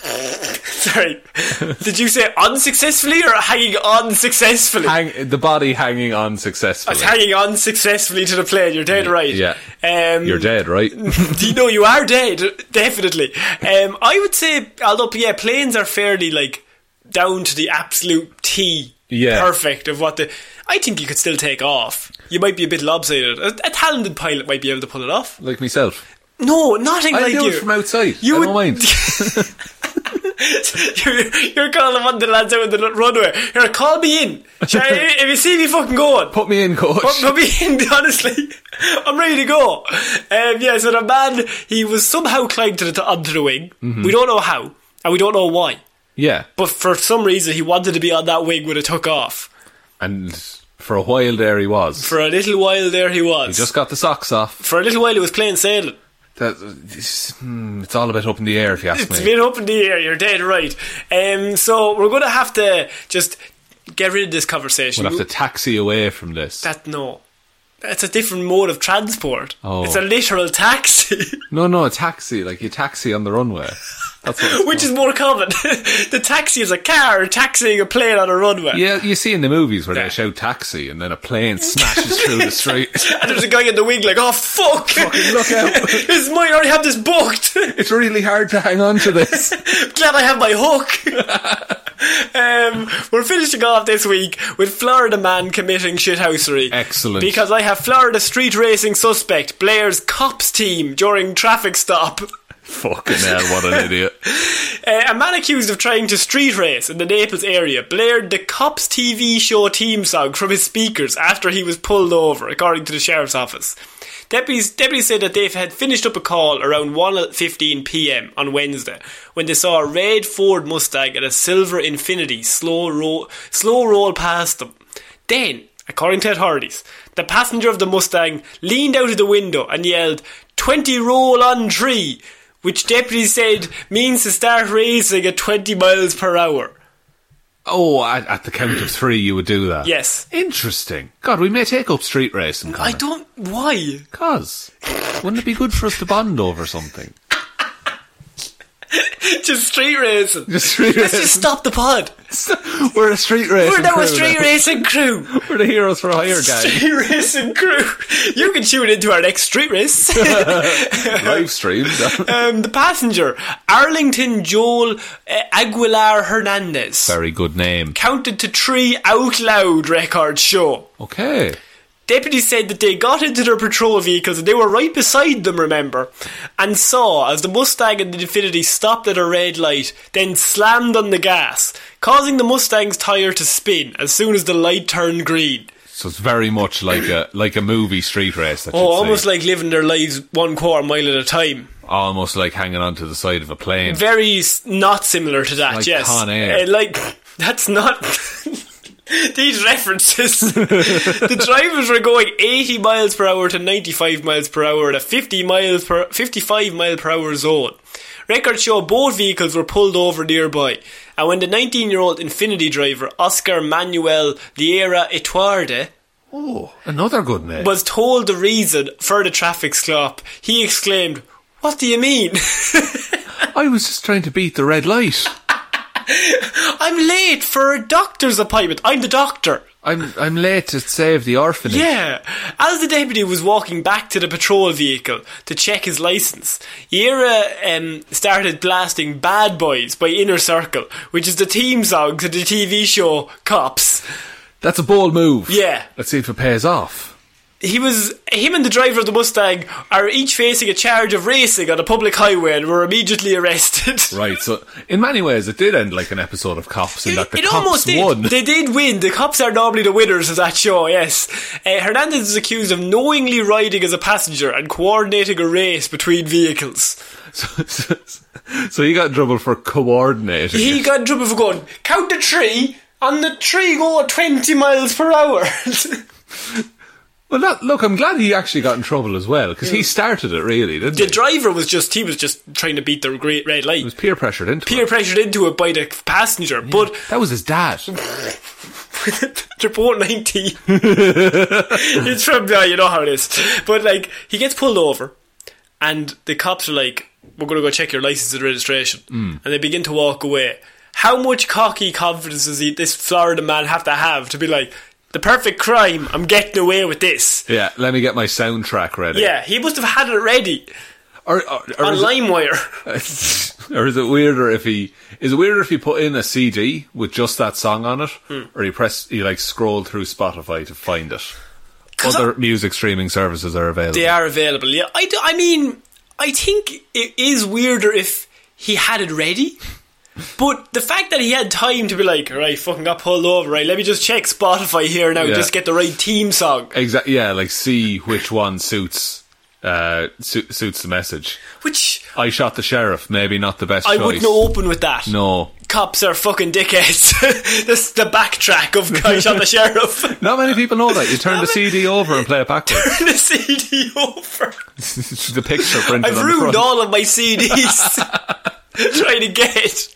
[SPEAKER 1] Sorry. Did you say unsuccessfully or hanging on successfully?
[SPEAKER 2] Hang the body hanging on
[SPEAKER 1] I
[SPEAKER 2] successfully.
[SPEAKER 1] was hanging on successfully to the plane. You're dead right.
[SPEAKER 2] yeah.
[SPEAKER 1] Um,
[SPEAKER 2] You're dead, right?
[SPEAKER 1] Do you know you are dead? Definitely. Um, I would say, although yeah, planes are fairly like down to the absolute T.
[SPEAKER 2] Yeah.
[SPEAKER 1] Perfect of what the. I think you could still take off. You might be a bit lopsided. A, a talented pilot might be able to pull it off.
[SPEAKER 2] like myself.
[SPEAKER 1] No, nothing
[SPEAKER 2] I
[SPEAKER 1] like
[SPEAKER 2] do
[SPEAKER 1] you.
[SPEAKER 2] it from outside.
[SPEAKER 1] You
[SPEAKER 2] I
[SPEAKER 1] would-
[SPEAKER 2] don't mind.
[SPEAKER 1] you're, you're calling one of the lads out on the runway. You're like, call me in. Sure, if you see me fucking going,
[SPEAKER 2] Put me in, coach.
[SPEAKER 1] But, but being honestly, I'm ready to go. Um, yeah, so the man he was somehow climbed to the, onto the wing.
[SPEAKER 2] Mm-hmm.
[SPEAKER 1] We don't know how, and we don't know why.
[SPEAKER 2] yeah.
[SPEAKER 1] But for some reason, he wanted to be on that wing when it took off.
[SPEAKER 2] And for a while there he was.
[SPEAKER 1] For a little while there, he was.
[SPEAKER 2] He just got the socks off.
[SPEAKER 1] for a little while, he was playing sailing.
[SPEAKER 2] That, it's, hmm, it's all a bit up in the air, if you ask
[SPEAKER 1] It's
[SPEAKER 2] me.
[SPEAKER 1] been up in the air. You're dead right. Um, so we're gonna have to just get rid of this conversation.
[SPEAKER 2] We'll have to taxi away from this.
[SPEAKER 1] that no. It's a different mode of transport.
[SPEAKER 2] Oh.
[SPEAKER 1] It's a literal taxi.
[SPEAKER 2] no, no, a taxi. Like you taxi on the runway. That's what it's
[SPEAKER 1] Which
[SPEAKER 2] called.
[SPEAKER 1] is more common? the taxi is a car taxiing a plane on a runway.
[SPEAKER 2] Yeah, you see in the movies where
[SPEAKER 1] Yeah.
[SPEAKER 2] they shout taxi and then a plane smashes through the street.
[SPEAKER 1] And there's a guy in the wing like, oh fuck!
[SPEAKER 2] Fucking look out.
[SPEAKER 1] this might already have this booked.
[SPEAKER 2] It's really hard to hang on to this.
[SPEAKER 1] Glad I have my hook. um, we're finishing off this week with Florida man committing shithousery.
[SPEAKER 2] Excellent.
[SPEAKER 1] Because I have Florida street racing suspect Blair's cops team during traffic stop.
[SPEAKER 2] Fucking hell, what an idiot.
[SPEAKER 1] Uh, a man accused of trying to street race in the Naples area blared the Cops TV show team song from his speakers after he was pulled over, according to the sheriff's office. Deputies, deputies said that they had finished up a call around 1.15 pm on Wednesday when they saw a red Ford Mustang and a silver Infinity slow, ro- slow roll past them. Then, according to authorities, the passenger of the Mustang leaned out of the window and yelled, 20 roll on tree, which deputies said means to start racing at 20 miles per hour.
[SPEAKER 2] Oh, at, at the count of three, you would do that.
[SPEAKER 1] Yes.
[SPEAKER 2] Interesting. God, we may take up street racing. Connor.
[SPEAKER 1] I don't. Why?
[SPEAKER 2] Cause wouldn't it be good for us to bond over something?
[SPEAKER 1] just street racing.
[SPEAKER 2] Just street
[SPEAKER 1] Let's just stop the pod.
[SPEAKER 2] We're a street race.
[SPEAKER 1] We're now a street racing crew.
[SPEAKER 2] We're the heroes for hire, guys.
[SPEAKER 1] Street racing crew. You can tune into our next street race.
[SPEAKER 2] Live streamed.
[SPEAKER 1] um, the passenger, Arlington Joel uh, Aguilar Hernandez,
[SPEAKER 2] Very good name.
[SPEAKER 1] counted to three out loud record show.
[SPEAKER 2] Okay.
[SPEAKER 1] Deputies said that they got into their patrol vehicles and they were right beside them, remember, and saw as the Mustang and the Infinity stopped at a red light, then slammed on the gas, causing the Mustang's tyre to spin as soon as the light turned green.
[SPEAKER 2] So it's very much like a like a movie street race. That
[SPEAKER 1] Oh, almost like living their lives one quarter mile at a time.
[SPEAKER 2] almost like hanging onto the side of a plane.
[SPEAKER 1] Very s- not similar to that,
[SPEAKER 2] Like
[SPEAKER 1] yes.
[SPEAKER 2] Con Air.
[SPEAKER 1] Uh, like, that's not. These references. the drivers were going 80 miles per hour to 95 miles per hour at a 50 miles per 55 mile per hour zone. Records show both vehicles were pulled over nearby, and when the 19-year-old Infinity driver Oscar Manuel Vieira Etuarde
[SPEAKER 2] oh, another good name.
[SPEAKER 1] was told the reason for the traffic slop, he exclaimed, "What do you mean?"
[SPEAKER 2] I was just trying to beat the red light.
[SPEAKER 1] I'm late for a doctor's appointment. I'm the doctor.
[SPEAKER 2] I'm I'm late to save the orphanage.
[SPEAKER 1] Yeah. As the deputy was walking back to the patrol vehicle to check his license, Yera um, started blasting Bad Boys by Inner Circle, which is the theme song to the TV show Cops.
[SPEAKER 2] That's a bold move.
[SPEAKER 1] Yeah.
[SPEAKER 2] Let's see if it pays off.
[SPEAKER 1] He was him and the driver of the Mustang are each facing a charge of racing on a public highway and were immediately arrested.
[SPEAKER 2] Right. So in many ways, it did end like an episode of Cops, in that the cops
[SPEAKER 1] did.
[SPEAKER 2] won.
[SPEAKER 1] They did win. The cops are normally the winners of that show. Yes, uh, Hernandez is accused of knowingly riding as a passenger and coordinating a race between vehicles.
[SPEAKER 2] so, so, so he got in trouble for coordinating.
[SPEAKER 1] He
[SPEAKER 2] it.
[SPEAKER 1] got in trouble for going count the tree and the tree go at twenty miles per hour.
[SPEAKER 2] well, that, look, I'm glad he actually got in trouble as well because he started it really, didn't
[SPEAKER 1] the
[SPEAKER 2] he?
[SPEAKER 1] driver was just he was just trying to beat the great red
[SPEAKER 2] he was
[SPEAKER 1] light.
[SPEAKER 2] peer pressured into
[SPEAKER 1] Peer
[SPEAKER 2] it.
[SPEAKER 1] pressured into it by the passenger, but
[SPEAKER 2] That was his dad.
[SPEAKER 1] they're both 19. it's from, yeah, you know how it is. But, like, he gets pulled over, and the cops are like, we're going to go check your license and registration. And they begin to walk away. How much cocky confidence does he, this Florida man have to have to be like, the perfect crime, I'm getting away with this?
[SPEAKER 2] yeah, let me get my soundtrack ready.
[SPEAKER 1] Yeah, he must have had it ready
[SPEAKER 2] Or, or, or
[SPEAKER 1] on
[SPEAKER 2] is it-
[SPEAKER 1] LimeWire.
[SPEAKER 2] or is it weirder if he is it weirder if he put in a CD with just that song on it,
[SPEAKER 1] Hmm.
[SPEAKER 2] or he press he like scrolled through Spotify to find it?
[SPEAKER 1] 'Cause
[SPEAKER 2] Other music streaming services are available.
[SPEAKER 1] They are available. Yeah, I, do- I mean, I think it is weirder if he had it ready. But the fact that he had time to be like, all right, fucking got pulled over, right? Let me just check Spotify here now,
[SPEAKER 2] Yeah.
[SPEAKER 1] just get the right theme song.
[SPEAKER 2] Exactly. Yeah, like see which one suits uh su- suits the message.
[SPEAKER 1] Which
[SPEAKER 2] I shot the sheriff. Maybe not the best.
[SPEAKER 1] I
[SPEAKER 2] choice.
[SPEAKER 1] wouldn't open with that.
[SPEAKER 2] No,
[SPEAKER 1] Cops are fucking dickheads. this is the backtrack of Guy Shot the Sheriff.
[SPEAKER 2] not many people know that. You turn the CD over and play it backwards.
[SPEAKER 1] Turn the CD over.
[SPEAKER 2] It's the picture printed
[SPEAKER 1] I've
[SPEAKER 2] on the
[SPEAKER 1] ruined
[SPEAKER 2] front.
[SPEAKER 1] all of my CDs trying to get.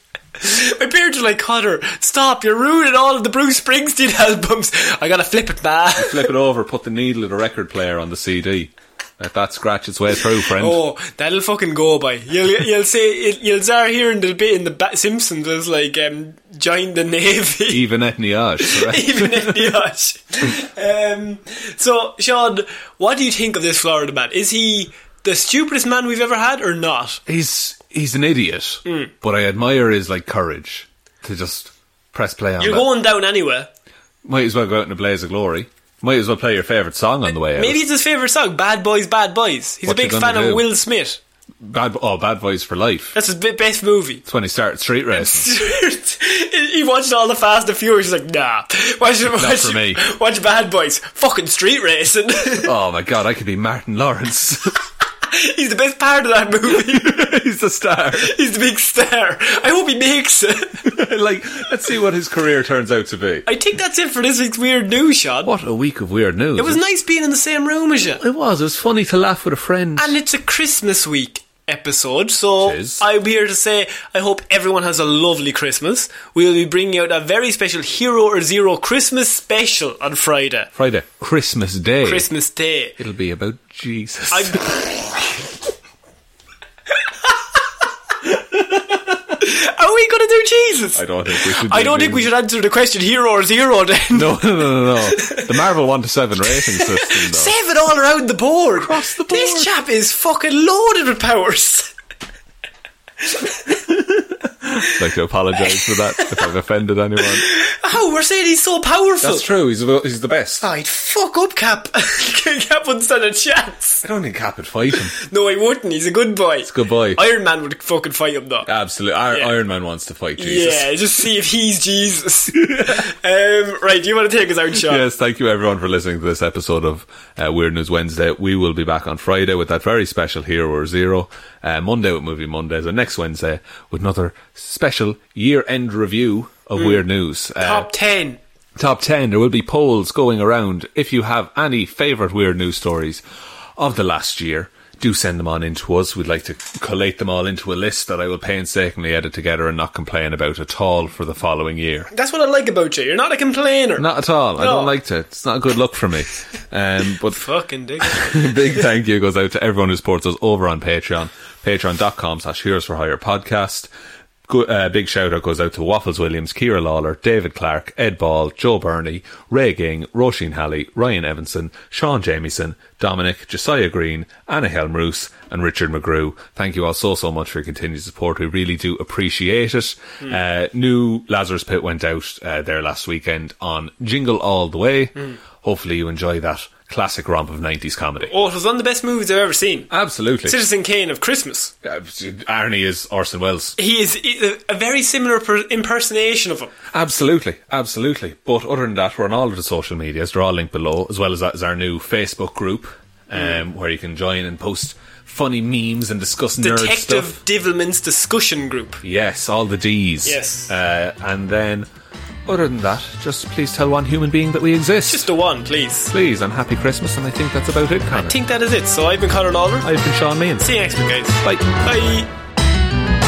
[SPEAKER 1] My parents were like, Connor, stop, you're ruining all of the Bruce Springsteen albums. I gotta flip it, man.
[SPEAKER 2] Flip it over. Put the needle of the record player on the CD. Let that scratch its way through, friend.
[SPEAKER 1] Oh, that'll fucking go by. You'll you'll say you'll start hearing the bit in the ba- Simpsons was like um, join the navy,
[SPEAKER 2] Even Etniage, correct?
[SPEAKER 1] even in the Osh. Um So, Sean, what do you think of this Florida man? Is he the stupidest man we've ever had, or not?
[SPEAKER 2] he's he's an idiot,
[SPEAKER 1] Hmm.
[SPEAKER 2] but I admire his like courage to just press play on.
[SPEAKER 1] You're
[SPEAKER 2] that.
[SPEAKER 1] going down anywhere.
[SPEAKER 2] Might as well go out in a blaze of glory. Might as well play your favorite song on the way out.
[SPEAKER 1] Maybe it's his favourite song, Bad Boys, Bad Boys. He's
[SPEAKER 2] What
[SPEAKER 1] a
[SPEAKER 2] you
[SPEAKER 1] big
[SPEAKER 2] gonna
[SPEAKER 1] fan
[SPEAKER 2] do?
[SPEAKER 1] of Will Smith.
[SPEAKER 2] bad oh bad boys for life.
[SPEAKER 1] That's his be- best movie.
[SPEAKER 2] That's when he started street racing.
[SPEAKER 1] he watched all the Fast and Furious. He's like, nah. Watch, watch,
[SPEAKER 2] for me.
[SPEAKER 1] watch Bad Boys. Fucking street racing.
[SPEAKER 2] oh my god, I could be Martin Lawrence.
[SPEAKER 1] He's the best part of that movie.
[SPEAKER 2] he's the star.
[SPEAKER 1] He's the big star. I hope he makes it.
[SPEAKER 2] like, let's see what his career turns out to be.
[SPEAKER 1] I think that's it for this week's weird news, Sean.
[SPEAKER 2] What a week of weird news.
[SPEAKER 1] It was nice being in the same room as you.
[SPEAKER 2] It was. It was funny to laugh with a friend.
[SPEAKER 1] And it's a Christmas week episode, so
[SPEAKER 2] It is.
[SPEAKER 1] I'm here to say I hope everyone has a lovely Christmas. We'll be bringing out a very special Hero or Zero Christmas special on Friday,
[SPEAKER 2] Friday, Christmas Day.
[SPEAKER 1] Christmas Day.
[SPEAKER 2] It'll be about Jesus.
[SPEAKER 1] I'm- we going to do, Jesus?
[SPEAKER 2] I don't think we should.
[SPEAKER 1] I
[SPEAKER 2] do
[SPEAKER 1] don't think
[SPEAKER 2] this.
[SPEAKER 1] we should answer the question hero or zero then.
[SPEAKER 2] No, no, no, no, no. The Marvel one to seven rating system. Though.
[SPEAKER 1] Seven all around the board.
[SPEAKER 2] Across the
[SPEAKER 1] This
[SPEAKER 2] board.
[SPEAKER 1] chap is fucking loaded with powers.
[SPEAKER 2] I'd like to apologise for that if I've offended anyone.
[SPEAKER 1] How Oh, we're saying he's so powerful.
[SPEAKER 2] That's true. He's the- he's the best. I
[SPEAKER 1] I'd fuck up Cap. Cap wouldn't stand a chance.
[SPEAKER 2] don't think Cap would fight him.
[SPEAKER 1] No, he wouldn't. He's a good boy. It's a
[SPEAKER 2] good boy.
[SPEAKER 1] Iron Man would fucking fight him though.
[SPEAKER 2] Absolutely. Iron,
[SPEAKER 1] Yeah.
[SPEAKER 2] Iron Man wants to fight Jesus.
[SPEAKER 1] Yeah, just see if he's Jesus. um, right, do you want to take us out, Sean?
[SPEAKER 2] Yes, thank you everyone for listening to this episode of uh, Weird News Wednesday. We will be back on Friday with that very special Hero or Zero, uh, Monday with Movie Mondays, and next Wednesday with another special year end review of Weird News. Uh,
[SPEAKER 1] Top 10.
[SPEAKER 2] top 10 there will be polls going around if you have any favorite weird news stories of the last year do send them on in to us we'd like to collate them all into a list that i will painstakingly edit together and not complain about at all for the following year
[SPEAKER 1] That's what I like about you. You're not a complainer.
[SPEAKER 2] not at all i
[SPEAKER 1] No.
[SPEAKER 2] don't like to it's not a good look for me um, but
[SPEAKER 1] Fucking dig it.
[SPEAKER 2] big thank you goes out to everyone who supports us over on Patreon. Patreon.com slash Heroes for Hire podcast. Go, uh, big shout out goes out to Waffles Williams, Kira Lawler, David Clark, Ed Ball, Joe Burney, Ray Ging, Roisin Halley, Ryan Evanson, Sean Jamieson, Dominic, Josiah Green, Anna Helmroos, and Richard McGrew. Thank you all so, so much for your continued support. We really do appreciate it. Uh, new Lazarus Pit went out uh, there last weekend on Jingle All the Way. Hopefully you enjoy that classic romp of 90s comedy.
[SPEAKER 1] Oh, it was one of the best movies I've ever seen.
[SPEAKER 2] Absolutely.
[SPEAKER 1] Citizen Kane of Christmas.
[SPEAKER 2] Uh, Arnie is Orson Welles.
[SPEAKER 1] He is i- a very similar per- impersonation of him.
[SPEAKER 2] Absolutely, absolutely. But other than that, we're on all of the social medias. They're all linked below, as well as that is our new Facebook group,
[SPEAKER 1] Mm.
[SPEAKER 2] um, where you can join and post funny memes and discuss nerd
[SPEAKER 1] Detective
[SPEAKER 2] stuff.
[SPEAKER 1] Divilman's discussion group.
[SPEAKER 2] Yes, all the D's.
[SPEAKER 1] Yes.
[SPEAKER 2] Uh, and then, other than that, just please tell one human being that we exist.
[SPEAKER 1] Just the one, please.
[SPEAKER 2] please, and happy Christmas. And I think that's about it,
[SPEAKER 1] I
[SPEAKER 2] Connor.
[SPEAKER 1] think that is it. So I've been Conor Lawler.
[SPEAKER 2] I've been Sean Means.
[SPEAKER 1] See you next week, guys.
[SPEAKER 2] Bye.
[SPEAKER 1] Bye.